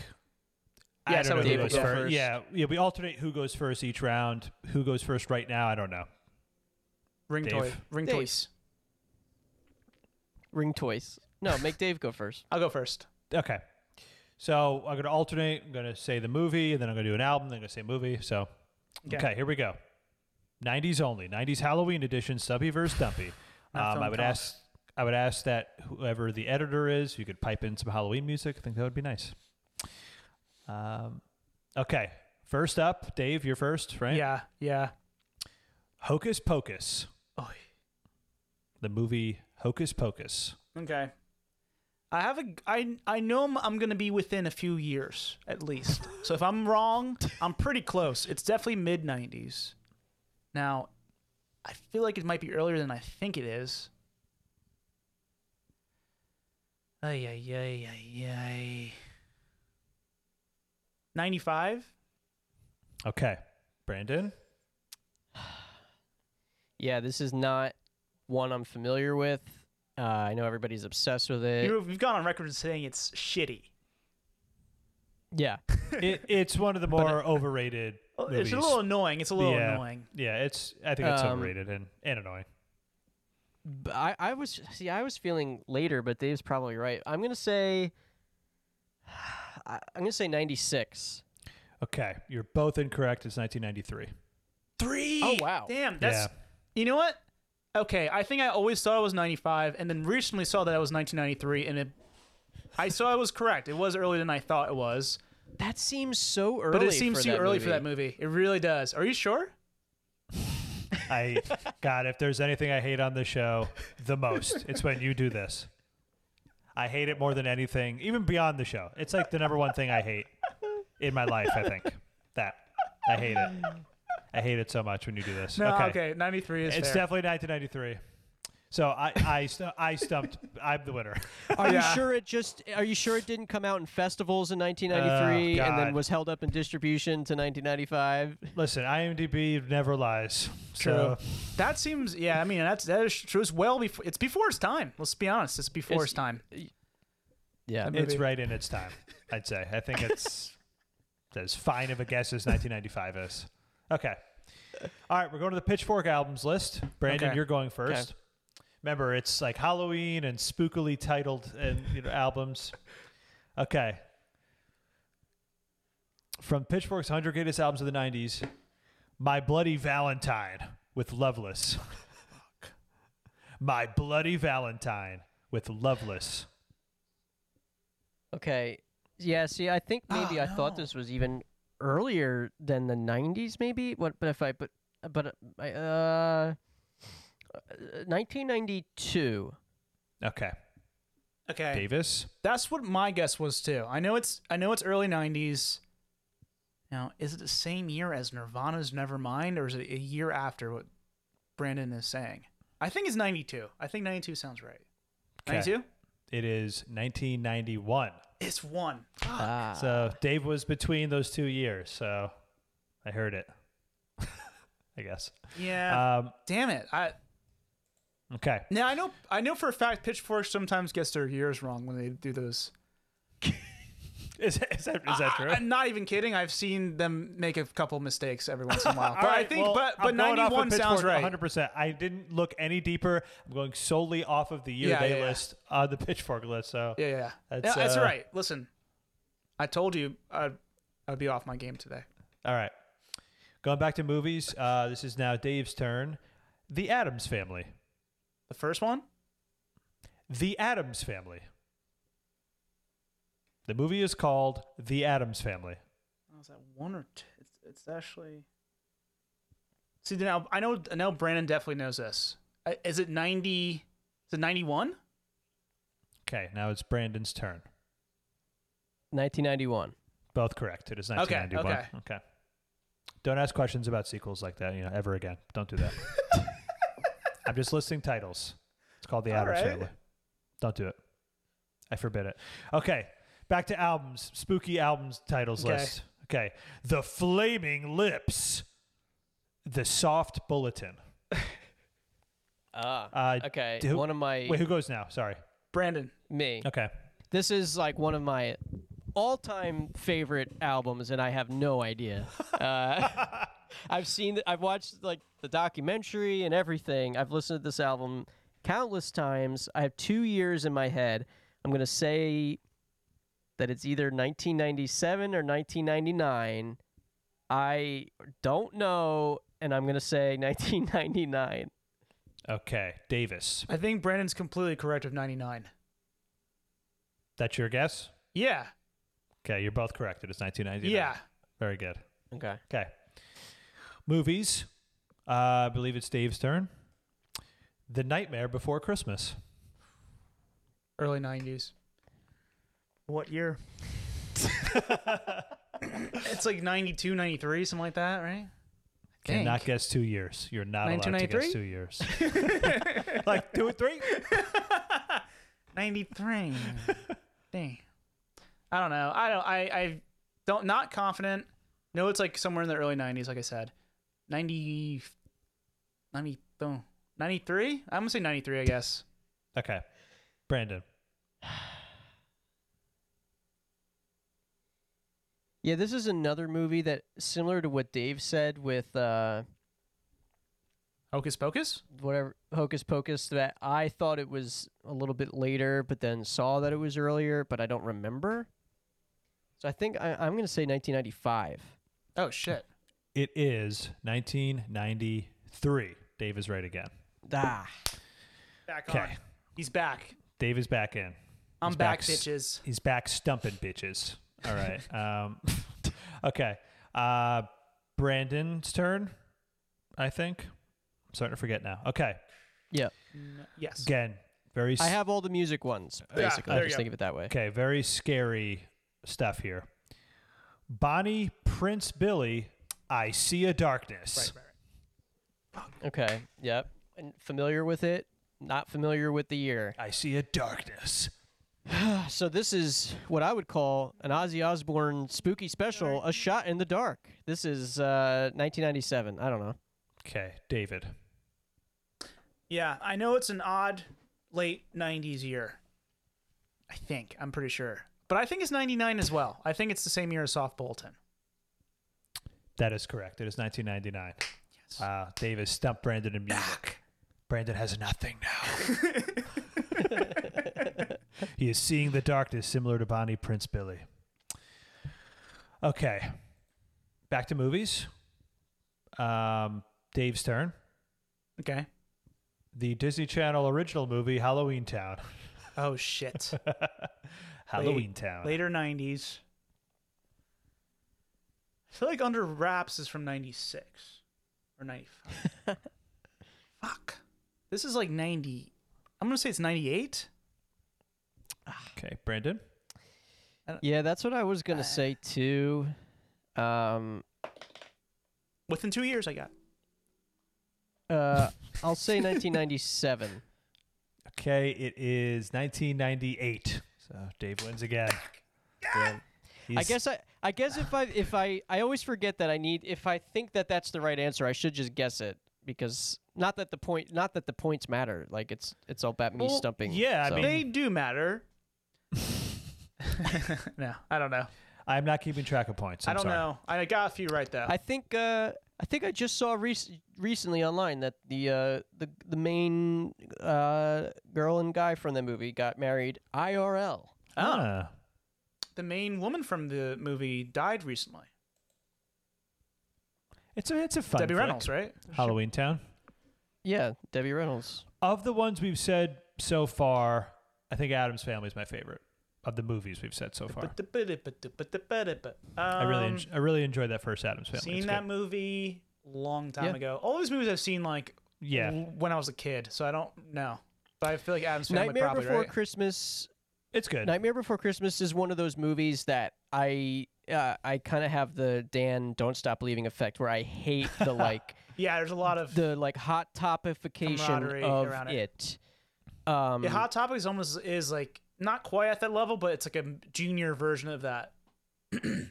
Speaker 3: Yeah,
Speaker 2: I
Speaker 3: so
Speaker 2: don't know who
Speaker 1: David
Speaker 2: goes
Speaker 1: will go
Speaker 2: fir-
Speaker 1: first.
Speaker 2: Yeah, yeah. We alternate who goes first each round. Who goes first right now? I don't know.
Speaker 3: ring
Speaker 2: Dave.
Speaker 3: toy, ring
Speaker 1: Dave.
Speaker 3: toys.
Speaker 1: Ring toys. No, make Dave go first.
Speaker 3: I'll go first.
Speaker 2: Okay. So I'm going to alternate. I'm going to say the movie, and then I'm going to do an album, then I'm going to say movie. So, okay.
Speaker 3: Okay.
Speaker 2: here we go. 90s only. 90s Halloween edition, Stubby versus Dumpy.
Speaker 3: [laughs] Not
Speaker 2: Um, I
Speaker 3: film
Speaker 2: would
Speaker 3: comp.
Speaker 2: ask I would ask that whoever the editor is, you could pipe in some Halloween music. I think that would be nice. Um, okay. First up, Dave, you're first, right?
Speaker 3: Yeah, yeah.
Speaker 2: Hocus Pocus.
Speaker 3: Oy.
Speaker 2: The movie Hocus Pocus.
Speaker 3: Okay. I have a I I know I'm, I'm gonna be within a few years at least. so if I'm wrong, I'm pretty close. It's definitely mid '90s. Now, I feel like it might be earlier than I think it is. Ay ay ay ay ay. Ninety-five.
Speaker 2: Okay.
Speaker 3: [laughs]
Speaker 2: Brandon?
Speaker 1: [laughs] Yeah, this is not one I'm familiar with. Uh, I know everybody's obsessed with it.
Speaker 3: You- You've gone on record as saying it's shitty.
Speaker 1: yeah,
Speaker 2: it, it's one of the more overrated
Speaker 3: [laughs] Well,
Speaker 2: movies.
Speaker 3: It's a little annoying. It's a little
Speaker 2: yeah.
Speaker 3: annoying.
Speaker 2: Yeah, it's I think it's
Speaker 1: Um,
Speaker 2: overrated and, and annoying.
Speaker 1: B- I, I was see I was feeling later, but Dave's probably right. I'm gonna say [sighs] I, I'm gonna say 96.
Speaker 2: Okay, you're both incorrect. It's 1993.
Speaker 3: Three.
Speaker 1: Oh, wow.
Speaker 3: Damn. That's. You know what? Okay, I think I always thought it was 95, and then recently saw that it was 1993, and it. I saw I was correct. It was earlier than I thought it was.
Speaker 1: That seems so early.
Speaker 3: but it seems
Speaker 1: for
Speaker 3: too
Speaker 1: that
Speaker 3: early for
Speaker 1: movie.
Speaker 3: that movie. It really does. Are you sure?
Speaker 2: I God, if there's anything I hate on the show the most, it's when you do this. I hate it more than anything, even beyond the show. It's like the number one thing I hate in my life, I think. That. I hate it. I hate it so much when you do this.
Speaker 3: No,
Speaker 2: okay.
Speaker 3: okay. 93 is
Speaker 2: It's
Speaker 3: fair.
Speaker 2: definitely 1993. So I I stu- I stumped. I'm the winner.
Speaker 1: Are
Speaker 2: Yeah.
Speaker 1: you sure it just? Are you sure it didn't come out in festivals in 1993
Speaker 2: Oh,
Speaker 1: and then
Speaker 2: God.
Speaker 1: was held up in distribution to 1995?
Speaker 2: Listen, IMDb never lies. So
Speaker 3: That seems. Yeah. I mean, that's that is true. It's well before. It's before its time. Let's be honest. It's before
Speaker 2: It's-
Speaker 3: its, time.
Speaker 1: Yeah,
Speaker 3: That
Speaker 2: it's
Speaker 3: movie-
Speaker 2: right in its time. I'd say. I think
Speaker 3: [laughs]
Speaker 2: it's as fine of a guess as 1995 is. Okay. All right, we're going to the Pitchfork albums list. Brandon,
Speaker 3: Okay.
Speaker 2: you're going first. Remember, it's like Halloween and spookily titled and you know, albums. Okay. From Pitchfork's 100 Greatest Albums of the 90s, My Bloody Valentine with
Speaker 3: [laughs]
Speaker 2: Loveless. My Bloody Valentine with Loveless.
Speaker 1: Okay. Yeah. See, I think maybe
Speaker 2: Oh,
Speaker 1: I thought
Speaker 2: no.
Speaker 1: this was even earlier than the '90s, maybe. What? But if I but but uh, I, uh, 1992.
Speaker 2: Okay.
Speaker 3: Okay.
Speaker 2: Davis?
Speaker 3: That's what my guess was too. I know it's. I know it's early 90s. Now, is it the same year as Nirvana's Nevermind, or is it a year after what Brandon is saying? I think it's 92. I think 92 sounds right. 92.
Speaker 2: It is 1991.
Speaker 3: It's one. Ah.
Speaker 2: So Dave was between those two years. So I heard it. [laughs] I guess.
Speaker 3: Yeah.
Speaker 2: Um,
Speaker 3: Damn it. I
Speaker 2: okay. [laughs]
Speaker 3: Now I know I know for a fact Pitchfork sometimes gets their years wrong when they do those.
Speaker 2: Is, is that, is that true?
Speaker 3: Ah, I, am not even kidding. I've seen them make a couple mistakes every once in a
Speaker 2: [laughs]
Speaker 3: while. But I
Speaker 2: right,
Speaker 3: think
Speaker 2: well,
Speaker 3: but but
Speaker 2: I'm going off of
Speaker 3: 91 sounds
Speaker 2: Pitchfork
Speaker 3: right.
Speaker 2: 100%. I didn't look any deeper. I'm going solely off of the year
Speaker 3: Yeah,
Speaker 2: they
Speaker 3: yeah, yeah.
Speaker 2: list on the [laughs] Pitchfork list. So
Speaker 3: Yeah, yeah. yeah.
Speaker 2: That's,
Speaker 3: yeah, that's
Speaker 2: uh,
Speaker 3: all right. Listen. I told you I'd, I'd be off my game today.
Speaker 2: All right. Going back to movies. Uh, this is now Dave's turn. The Adams Family.
Speaker 3: The first one?
Speaker 2: The Adams Family. The movie is called The Adams Family.
Speaker 3: Was Oh, that one or two? It's, it's actually See now I know I know Brandon definitely knows this. I- Is it 90 is it 91?
Speaker 2: Okay, now it's Brandon's turn.
Speaker 1: 1991.
Speaker 2: Both correct. It is
Speaker 3: Okay,
Speaker 2: 1991. Okay. Don't ask questions about sequels like that, you know, ever again. Don't do that. I'm just listing titles. It's called The
Speaker 3: All
Speaker 2: Adams
Speaker 3: right.
Speaker 2: Family. Don't do it. I forbid it. Okay, back to albums. Spooky albums titles
Speaker 3: Okay.
Speaker 2: list. Okay, The Flaming Lips, The Soft Bulletin.
Speaker 1: Ah.
Speaker 2: Uh,
Speaker 1: okay.
Speaker 2: do-
Speaker 1: one of my
Speaker 2: Wait, who goes now? Sorry.
Speaker 3: Brandon.
Speaker 1: me.
Speaker 2: Okay.
Speaker 1: This is like one of my all-time favorite albums, and I have no idea. Uh, I've seen, I've watched like the documentary and everything. I've listened to this album countless times. I have two years in my head. I'm gonna say that it's either 1997 or 1999. I don't know, and I'm gonna say [laughs] 1999.
Speaker 2: Okay, Davis.
Speaker 3: I think Brandon's completely correct with 99.
Speaker 2: That's your guess?
Speaker 3: Yeah.
Speaker 2: Okay, you're both correct. It is 1999.
Speaker 3: Yeah.
Speaker 2: Very good.
Speaker 1: Okay.
Speaker 2: Okay. Movies. Uh, I believe it's Dave's turn. The Nightmare Before Christmas.
Speaker 3: Early 90s. What year? [laughs] it's like 92, 93, something like that, right? I think.
Speaker 2: Cannot guess two years. You're not allowed to guess
Speaker 3: 1993?
Speaker 2: two years. [laughs] like two or
Speaker 3: [laughs]
Speaker 2: three?
Speaker 3: 93. Dang. I don't know. I don't I I don't not confident. No, it's like somewhere in the early 90s like I said. 90 90 oh, 93? I'm going to say 93, I guess.
Speaker 2: Okay. Brandon.
Speaker 1: Yeah, this is another movie that similar to what Dave said with uh,
Speaker 3: Hocus Pocus?
Speaker 1: whatever Hocus Pocus that I thought it was a little bit later, but then saw that it was earlier, but I don't remember. So I think I, I'm gonna say 1995.
Speaker 3: Oh shit.
Speaker 2: It is 1993. Dave is right again.
Speaker 1: Ah,
Speaker 3: Back on.
Speaker 2: Okay.
Speaker 3: He's back.
Speaker 2: Dave is back in.
Speaker 3: I'm
Speaker 2: He's
Speaker 3: back,
Speaker 2: s-
Speaker 3: bitches.
Speaker 2: He's back stumping bitches. All right.
Speaker 3: [laughs]
Speaker 2: Um, [laughs] okay. Uh, Brandon's turn, I think. I'm starting to forget now. Okay.
Speaker 1: Yeah.
Speaker 3: Yes.
Speaker 2: Again, very.
Speaker 1: I have all the music ones, basically.
Speaker 2: there
Speaker 1: I just
Speaker 2: you
Speaker 1: think
Speaker 2: go.
Speaker 1: of it that way.
Speaker 2: Okay, very scary stuff here. Bonnie Prince Billy, I see a darkness.
Speaker 1: Okay. Yep. And familiar with it, not familiar with the year.
Speaker 2: I see a darkness.
Speaker 1: Ah, so this is what I would call an Ozzy Osbourne spooky special, a shot in the dark. This is uh, 1997. I don't know.
Speaker 2: Okay, David.
Speaker 3: Yeah, I know it's an odd late 90s year. I think. I'm pretty sure. But I think it's 99 as well. I think it's the same year as Soft Bulletin.
Speaker 2: That is correct. It is 1999. Yes. Wow, David stumped Brandon in music. Brandon has nothing now.
Speaker 1: [laughs]
Speaker 2: [laughs] he is seeing the darkness similar to Bonnie Prince Billy. Okay. Back to movies. Um, Dave's turn.
Speaker 3: Okay.
Speaker 2: The Disney Channel original movie Halloween
Speaker 3: [laughs]
Speaker 2: Town. [laughs]
Speaker 3: Oh, shit.
Speaker 2: Halloween
Speaker 3: Late-
Speaker 2: Town.
Speaker 3: Later 90s. I feel like Under Wraps is from 96 or 95.
Speaker 2: [laughs]
Speaker 3: Fuck. This is like 90. I'm going to say it's 98.
Speaker 2: Okay, Brandon.
Speaker 1: Yeah, that's what I was gonna say too. Um,
Speaker 3: Within two years, I got.
Speaker 1: uh, I'll say 1997.
Speaker 2: Okay, it is 1998. So Dave wins again. Yeah.
Speaker 1: I
Speaker 2: He's-
Speaker 1: guess I, I guess if I, if I, I always forget that I need. If I think that that's the right answer, I should just guess it because not that the point, not that the points matter. Like it's, it's all about me
Speaker 3: Well,
Speaker 1: stumping.
Speaker 2: yeah, I
Speaker 1: so.
Speaker 2: mean-
Speaker 3: They do
Speaker 2: [laughs]
Speaker 3: matter. no, I don't know.
Speaker 2: I'm not keeping track of points.
Speaker 3: I
Speaker 2: I'm
Speaker 3: don't
Speaker 2: sorry.
Speaker 3: know. I got a few right though.
Speaker 1: I think uh, I think I just saw rec- recently online that the uh, the the main uh, girl and guy from the movie got married IRL.
Speaker 2: Ah,
Speaker 3: the main woman from the movie died recently.
Speaker 2: it's a it's a fun
Speaker 3: Debbie
Speaker 2: flick.
Speaker 3: Reynolds, right?
Speaker 2: Halloween Town.
Speaker 1: Yeah, Debbie Reynolds.
Speaker 2: Of the ones we've said so far, I think Adam's Family is my favorite of the movies we've said so far. I really
Speaker 3: Um,
Speaker 2: enj- I really enjoyed that first Adam's Family.
Speaker 3: seen
Speaker 2: It's
Speaker 3: that
Speaker 2: good.
Speaker 3: movie long time
Speaker 1: Yeah.
Speaker 3: ago. All these movies I've seen like
Speaker 2: Yeah.
Speaker 3: w- when I was a kid, so I don't know. But I feel like Adam's Family
Speaker 1: Nightmare
Speaker 3: probably
Speaker 1: Before
Speaker 3: right.
Speaker 1: Christmas.
Speaker 2: It's good.
Speaker 1: Nightmare Before Christmas is one of those movies that I uh, I kind of have the Dan Don't Stop Believing effect where I hate the like
Speaker 3: yeah, there's a lot of
Speaker 1: the like hot topification
Speaker 3: Camaraderie
Speaker 1: of
Speaker 3: around
Speaker 1: it. Um,
Speaker 3: yeah, Hot Topic is almost is like not quite at that level, but it's like a junior version of that.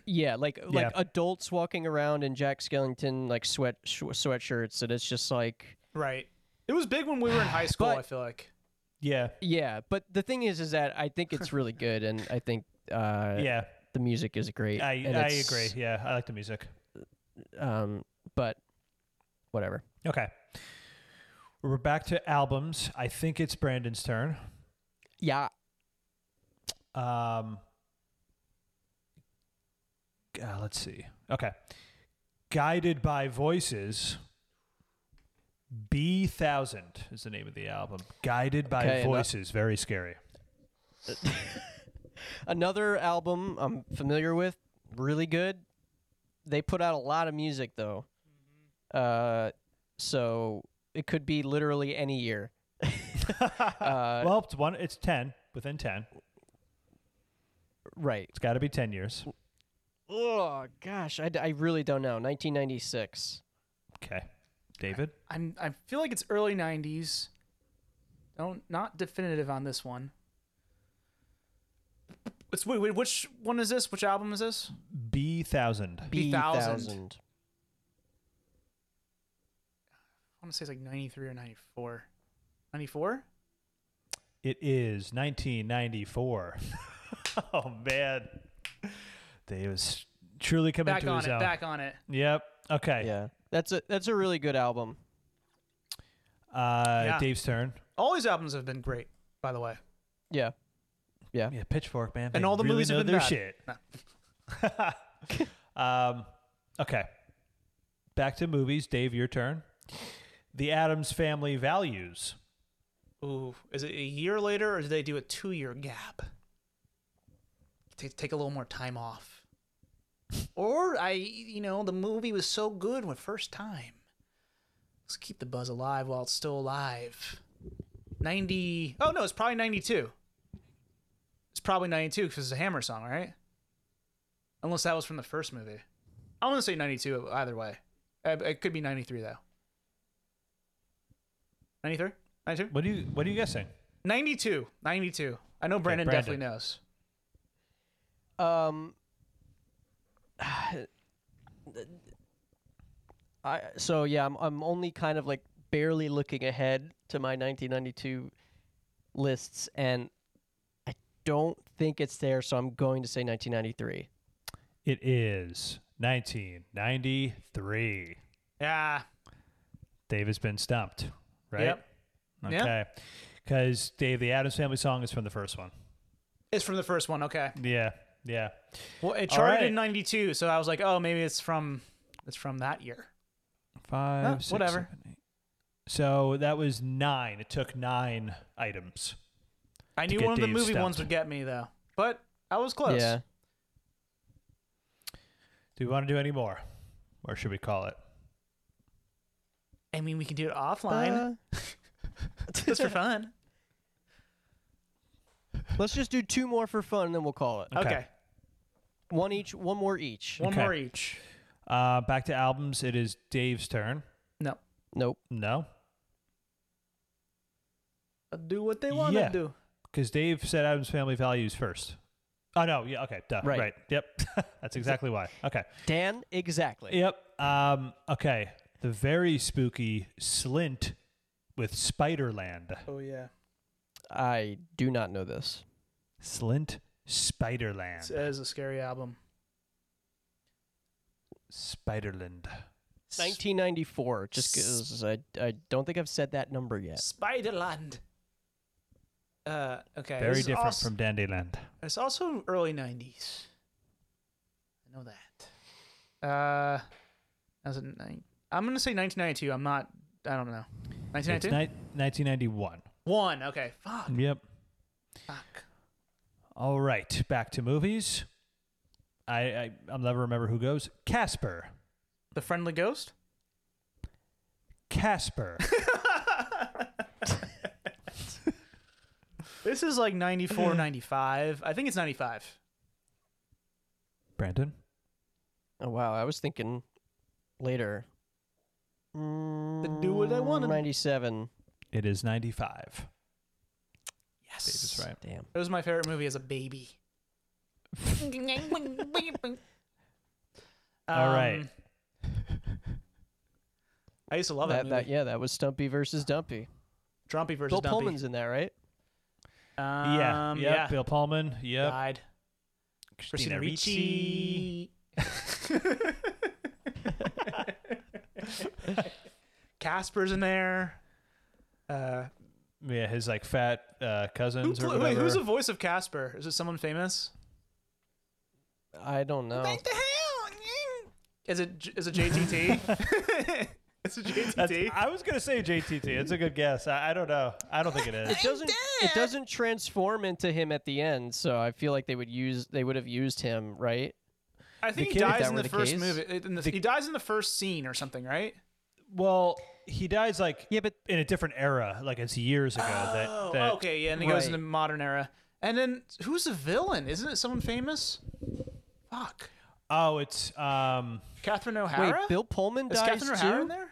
Speaker 1: Yeah, like
Speaker 2: Yeah.
Speaker 1: like adults walking around in Jack Skellington like sweat sh- sweatshirts, and it's just like
Speaker 3: Right. It was big when we were in high school.
Speaker 1: But-
Speaker 3: I feel like.
Speaker 2: yeah,
Speaker 1: yeah. But the thing is, is that I think it's really good, and I think uh,
Speaker 2: yeah.
Speaker 1: the music is great.
Speaker 2: I
Speaker 1: and
Speaker 2: I
Speaker 1: it's,
Speaker 2: agree. Yeah, I like the music.
Speaker 1: Um, but whatever.
Speaker 2: Okay, we're back to albums. I think it's Brandon's turn.
Speaker 1: Yeah,
Speaker 2: Um, uh, let's see. Okay. Guided by Voices. B thousand is the name of the album. Guided by
Speaker 1: Okay, and, uh,
Speaker 2: Voices, very scary. [laughs]
Speaker 1: another album I'm familiar with, really good. They put out a lot of music though,
Speaker 3: Mm-hmm.
Speaker 1: uh, so it could be literally any year. uh,
Speaker 2: well, it's one. It's ten within ten.
Speaker 1: right.
Speaker 2: It's got to be ten years.
Speaker 1: Oh gosh, I, d- I really don't know. 1996.
Speaker 2: Okay, David.
Speaker 3: I'm I feel like it's early '90s. Don't not definitive on this one. It's wait, wait which one is this? Which album is this?
Speaker 2: B thousand.
Speaker 3: B thousand.
Speaker 1: B1000.
Speaker 3: I want to say it's like '93 or '94. '94?
Speaker 2: It is 1994. [laughs] oh man, they was truly coming
Speaker 3: Back
Speaker 2: to
Speaker 3: on
Speaker 2: his
Speaker 3: it.
Speaker 2: own.
Speaker 3: Back on it.
Speaker 2: Yep. Okay.
Speaker 1: Yeah, that's a that's a really good album.
Speaker 2: Uh,
Speaker 3: Yeah.
Speaker 2: Dave's turn.
Speaker 3: All these albums have been great, by the way.
Speaker 1: Yeah, yeah.
Speaker 2: Yeah, Pitchfork, man.
Speaker 3: And
Speaker 2: They
Speaker 3: all the
Speaker 2: really
Speaker 3: movies have
Speaker 2: know
Speaker 3: been
Speaker 2: their
Speaker 3: bad.
Speaker 2: shit.
Speaker 3: No.
Speaker 2: [laughs] um, okay. Back to movies. Dave, your turn. The Adams Family Values.
Speaker 3: Ooh, is it a year later or did they do a two-year gap? t- take a little more time off. Or I, you know, the movie was so good when first time. Let's keep the buzz alive while it's still alive. 90. Oh, no, it's probably 92. It's probably 92 because it's a Hammer song, right? Unless that was from the first movie. I want to say 92 either way. Uh, It could be 93, though. 93? 92?
Speaker 2: What do you What are you guessing?
Speaker 3: 92. 92. I know Brandon,
Speaker 2: Brandon.
Speaker 3: definitely knows.
Speaker 1: Um, [sighs] I so yeah, I'm I'm only kind of like barely looking ahead to my 1992 lists, and I don't think it's there, so I'm going to say 1993.
Speaker 2: It is 1993.
Speaker 3: Yeah.
Speaker 2: Dave has been stumped, right?
Speaker 3: Yep. Yeah.
Speaker 2: Okay. Because Dave, the Adams Family song is from the first one.
Speaker 3: It's from the first one. Okay.
Speaker 2: Yeah. Yeah.
Speaker 3: Well, it
Speaker 2: All
Speaker 3: charted
Speaker 2: right.
Speaker 3: in '92, so I was like, oh, maybe it's from it's from that year.
Speaker 2: Five.
Speaker 3: Huh,
Speaker 2: six,
Speaker 3: whatever.
Speaker 2: seven, eight. So that was nine. It took nine items.
Speaker 3: I
Speaker 2: to
Speaker 3: knew
Speaker 2: get
Speaker 3: one of the
Speaker 2: Dave
Speaker 3: movie ones
Speaker 2: stumped.
Speaker 3: would get me though, but I was close.
Speaker 1: Yeah.
Speaker 2: Do we want to do any more, or should we call it?
Speaker 3: I mean, we can do it offline [laughs]
Speaker 1: Uh, [laughs]
Speaker 3: just for fun.
Speaker 1: Let's just do two more for fun, and then we'll call it.
Speaker 3: [laughs] Okay.
Speaker 2: Okay.
Speaker 1: One each, one more each.
Speaker 3: One
Speaker 2: Okay.
Speaker 3: more each.
Speaker 2: Uh, back to albums. It is Dave's turn.
Speaker 3: No.
Speaker 1: Nope.
Speaker 2: No,
Speaker 3: Uh, Do what they want to
Speaker 2: Yeah.
Speaker 3: do.
Speaker 2: because Dave said Adams Family Values first. Oh no. Yeah. Okay. Duh,
Speaker 1: Right.
Speaker 2: right. Yep. [laughs] That's exactly why. Okay.
Speaker 1: Dan, exactly.
Speaker 2: Yep. Um, okay. The very spooky Slint with Spiderland.
Speaker 3: Oh yeah.
Speaker 1: I do not know this.
Speaker 2: Slint Spiderland.
Speaker 3: It's, uh, it is a scary album.
Speaker 2: Spiderland.
Speaker 1: 1994. Just because I, I don't think I've said that number yet.
Speaker 3: Spiderland. Uh, okay.
Speaker 2: Very
Speaker 3: this is
Speaker 2: different
Speaker 3: also-
Speaker 2: from Dandyland.
Speaker 3: It's also early '90s. I know that. Uh, as a nine, I'm gonna say 1992. I'm not. I don't know.
Speaker 2: It's
Speaker 3: 1992.
Speaker 2: ni- 1991.
Speaker 3: One. Okay. Fuck.
Speaker 2: Yep.
Speaker 3: Fuck.
Speaker 2: All right. Back to movies. I, I I'll never remember who goes. Casper.
Speaker 3: The friendly [laughs] ghost. [laughs]
Speaker 2: Casper.
Speaker 3: This is like [clears throat] 94, 95. I think it's 95.
Speaker 2: Brandon.
Speaker 1: Oh wow, I was thinking later. Mm,
Speaker 3: do what I wanna.
Speaker 1: 97.
Speaker 2: It is 95.
Speaker 3: Yes.
Speaker 2: Dave is right.
Speaker 1: Damn.
Speaker 3: It was my favorite movie as a baby.
Speaker 2: All right.
Speaker 3: Um, I used to love that,
Speaker 1: That, that
Speaker 3: movie.
Speaker 1: yeah, that was Stumpy versus Dumpy.
Speaker 3: Drumpy versus
Speaker 1: Bill
Speaker 3: Dumpy.
Speaker 1: Pullman's in that, right?
Speaker 2: yeah.
Speaker 3: Um,
Speaker 2: Yep.
Speaker 3: yeah. Uh,
Speaker 2: Bill Pullman. Yep.
Speaker 3: Died.
Speaker 2: Christina, Ricci.
Speaker 3: [laughs] Casper's in there. Uh,
Speaker 2: Yeah, his like fat uh,
Speaker 3: who
Speaker 2: cousins or
Speaker 3: pl- wait,
Speaker 2: whatever.
Speaker 3: who's the voice of Casper? Is it someone famous?
Speaker 1: I don't know.
Speaker 3: Thank the hell. Is it J- is
Speaker 1: [laughs]
Speaker 3: it JTT? [laughs] is it
Speaker 2: That's-
Speaker 3: JTT?
Speaker 2: I was gonna say JTT. It's a good guess. I, I don't know. I don't think it is.
Speaker 1: It doesn't it doesn't transform into him at the end, so I feel like they would use they would have used him, right?
Speaker 3: I think
Speaker 1: the
Speaker 3: he
Speaker 1: kid, if
Speaker 3: dies
Speaker 1: that
Speaker 3: in
Speaker 1: were
Speaker 3: the,
Speaker 1: the
Speaker 3: first
Speaker 1: case.
Speaker 3: movie. in the- he dies in the first scene or something, right?
Speaker 2: Well, he dies like
Speaker 1: Yeah, but
Speaker 2: in a different era. Like it's years ago.
Speaker 3: Oh,
Speaker 2: that, that
Speaker 3: okay, yeah, and he goes
Speaker 1: Right.
Speaker 3: into modern era. And then who's the villain? Isn't it someone famous? Fuck,
Speaker 2: Oh, it's um
Speaker 3: Catherine O'Hara.
Speaker 1: wait, Bill Pullman
Speaker 3: is
Speaker 1: dies
Speaker 3: Catherine O'Hara in
Speaker 1: too.
Speaker 3: there?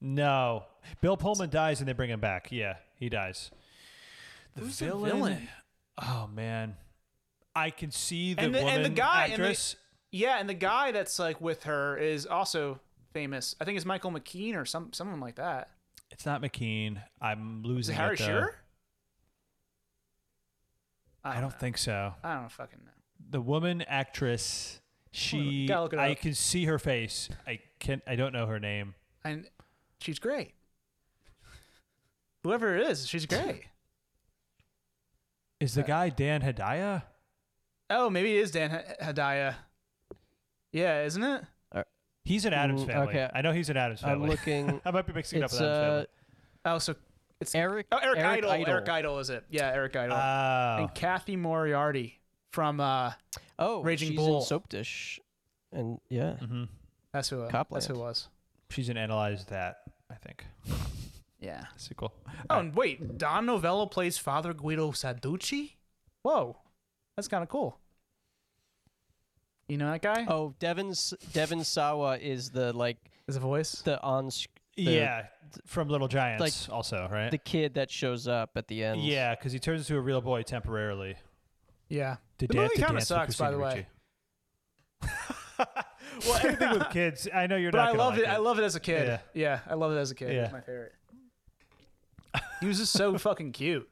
Speaker 2: no. Bill Pullman dies and they bring him back. Yeah, he dies. The
Speaker 3: Who's the villain?
Speaker 2: Oh man, I can see the
Speaker 3: And the-
Speaker 2: woman
Speaker 3: and the guy- and the-
Speaker 2: actress.
Speaker 3: Yeah, and the guy that's like with her is also famous. I think it's Michael McKean or some someone like that.
Speaker 2: It's not McKean. I'm
Speaker 3: Is it
Speaker 2: losing.
Speaker 3: Harry
Speaker 2: though.
Speaker 3: Shearer?
Speaker 2: I don't think so.
Speaker 3: I don't fucking know.
Speaker 2: the woman actress she
Speaker 3: Gotta look it
Speaker 2: i
Speaker 3: up.
Speaker 2: can see her face i can't i don't know her name
Speaker 3: and she's great. Whoever it is, she's great. Uh,
Speaker 2: is the guy dan hedaya
Speaker 3: oh, maybe it is Dan H- Hedaya. Yeah, isn't it?
Speaker 2: he's an adams
Speaker 1: Mm,
Speaker 2: family
Speaker 1: okay.
Speaker 2: i know he's an adams
Speaker 1: I'm
Speaker 2: family
Speaker 1: looking-
Speaker 2: [laughs] i might be mixing it up
Speaker 1: It's
Speaker 2: with
Speaker 1: uh,
Speaker 2: adams
Speaker 3: Oh, so it's
Speaker 1: Eric
Speaker 3: oh, Eric,
Speaker 1: Eric
Speaker 3: Idle.
Speaker 1: Idle.
Speaker 3: uh, Eric Idle is it? Yeah, Eric Idle.
Speaker 2: family. Oh.
Speaker 3: And Kathy Moriarty from uh,
Speaker 1: Oh,
Speaker 3: Raging
Speaker 1: she's
Speaker 3: Bull.
Speaker 1: in Soap Dish, and yeah,
Speaker 2: Mm-hmm.
Speaker 3: that's who. Uh,
Speaker 1: Copland.
Speaker 3: that's who it was.
Speaker 2: She's gonna analyze that. I think
Speaker 3: Yeah.
Speaker 2: sequel.
Speaker 3: Oh, and wait, Don Novello plays Father Guido Saducci. Whoa, that's kind of cool. You know that guy?
Speaker 1: Oh, Devin S- Devin Sawa is the like
Speaker 3: His voice.
Speaker 1: the on sc- the,
Speaker 2: yeah, th- from Little Giants, also right.
Speaker 1: the kid that shows up at the end.
Speaker 2: yeah, because he turns into a real boy temporarily.
Speaker 3: Yeah.
Speaker 2: To
Speaker 3: the
Speaker 2: dan-
Speaker 3: movie
Speaker 2: to
Speaker 3: kind of
Speaker 2: dance with
Speaker 3: sucks, by
Speaker 2: Christina
Speaker 3: the way.
Speaker 2: Ricci. [laughs] well, anything with kids, I know you're
Speaker 3: But
Speaker 2: not.
Speaker 3: I
Speaker 2: gonna
Speaker 3: love
Speaker 2: like
Speaker 3: it. I love it as a kid. Yeah,
Speaker 2: Yeah.
Speaker 3: I love it as a kid. It was
Speaker 2: Yeah.
Speaker 3: my favorite. He was just so fucking cute.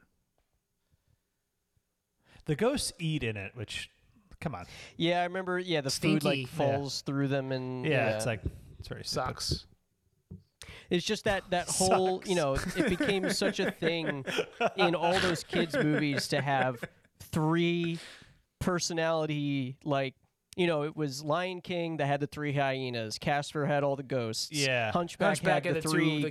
Speaker 2: The ghosts eat in it, which, come on,
Speaker 1: yeah. I remember. Yeah, the food
Speaker 3: Stinky. Yeah.
Speaker 1: like falls through them, and
Speaker 2: yeah, it's like it's very stupid.
Speaker 3: Sucks.
Speaker 1: It's just that that
Speaker 2: [laughs]
Speaker 1: whole you know it became such a thing in all those kids movies to have three personality like you know it was Lion King that had the three hyenas, Casper had all the ghosts,
Speaker 2: Yeah.
Speaker 1: Hunchback,
Speaker 3: Hunchback
Speaker 1: had
Speaker 3: and
Speaker 1: the,
Speaker 3: the,
Speaker 1: three
Speaker 3: two the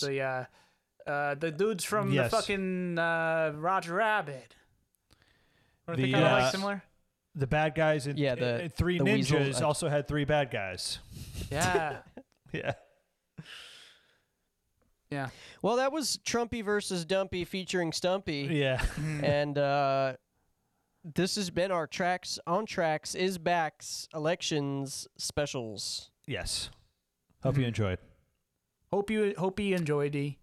Speaker 1: gargoyles.
Speaker 3: The uh, uh, the dudes from
Speaker 2: Yes.
Speaker 3: the fucking uh, Roger Rabbit. Were they
Speaker 2: The,
Speaker 3: kind of
Speaker 2: uh,
Speaker 3: like similar?
Speaker 2: The bad guys in
Speaker 1: Yeah, the-
Speaker 2: in three
Speaker 1: the
Speaker 2: ninjas
Speaker 1: weasel, uh,
Speaker 2: also had three bad guys.
Speaker 3: Yeah.
Speaker 2: [laughs] Yeah,
Speaker 3: yeah.
Speaker 1: Well, that was Trumpy versus Dumpy featuring Stumpy,
Speaker 2: yeah.
Speaker 1: and uh, this has been our tracks on tracks is backs elections specials.
Speaker 2: yes. Hope you enjoyed.
Speaker 3: Hope you hope you enjoyed. D.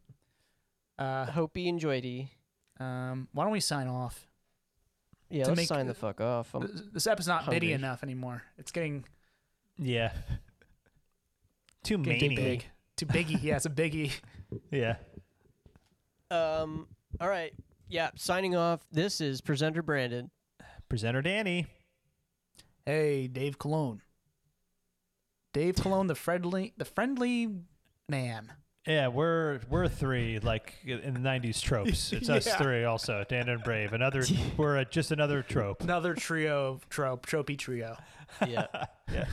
Speaker 3: Uh,
Speaker 1: Hope you enjoyed it.
Speaker 3: um, why don't we sign off?
Speaker 1: Yeah,
Speaker 3: to
Speaker 1: let's
Speaker 3: make
Speaker 1: sign the
Speaker 3: the-
Speaker 1: fuck off. Um, I'm-
Speaker 3: Th- This app's not
Speaker 1: Hungry.
Speaker 3: bitty enough anymore. It's getting
Speaker 2: Yeah. [laughs] Too
Speaker 3: getting too
Speaker 2: many.
Speaker 3: big. Too biggie. Yeah, it's a biggie.
Speaker 2: Yeah.
Speaker 1: um, all right. Yeah, signing off. This is presenter Brandon.
Speaker 2: Presenter Danny.
Speaker 3: Hey, Dave Cologne. Dave Cologne, the friendly, the friendly man.
Speaker 2: Yeah, we're we're three like in the '90s tropes. It's us
Speaker 3: Yeah.
Speaker 2: three also, Dan and Brave. Another, we're a, just another trope.
Speaker 3: Another trio of trope, tropey trio.
Speaker 1: Yeah.
Speaker 2: [laughs] Yeah.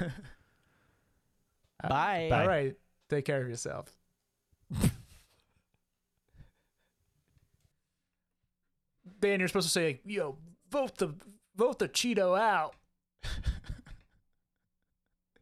Speaker 1: Bye.
Speaker 2: Bye.
Speaker 3: All right, take care of yourself. Dan, you're supposed to say, "Yo, vote the vote the Cheeto out."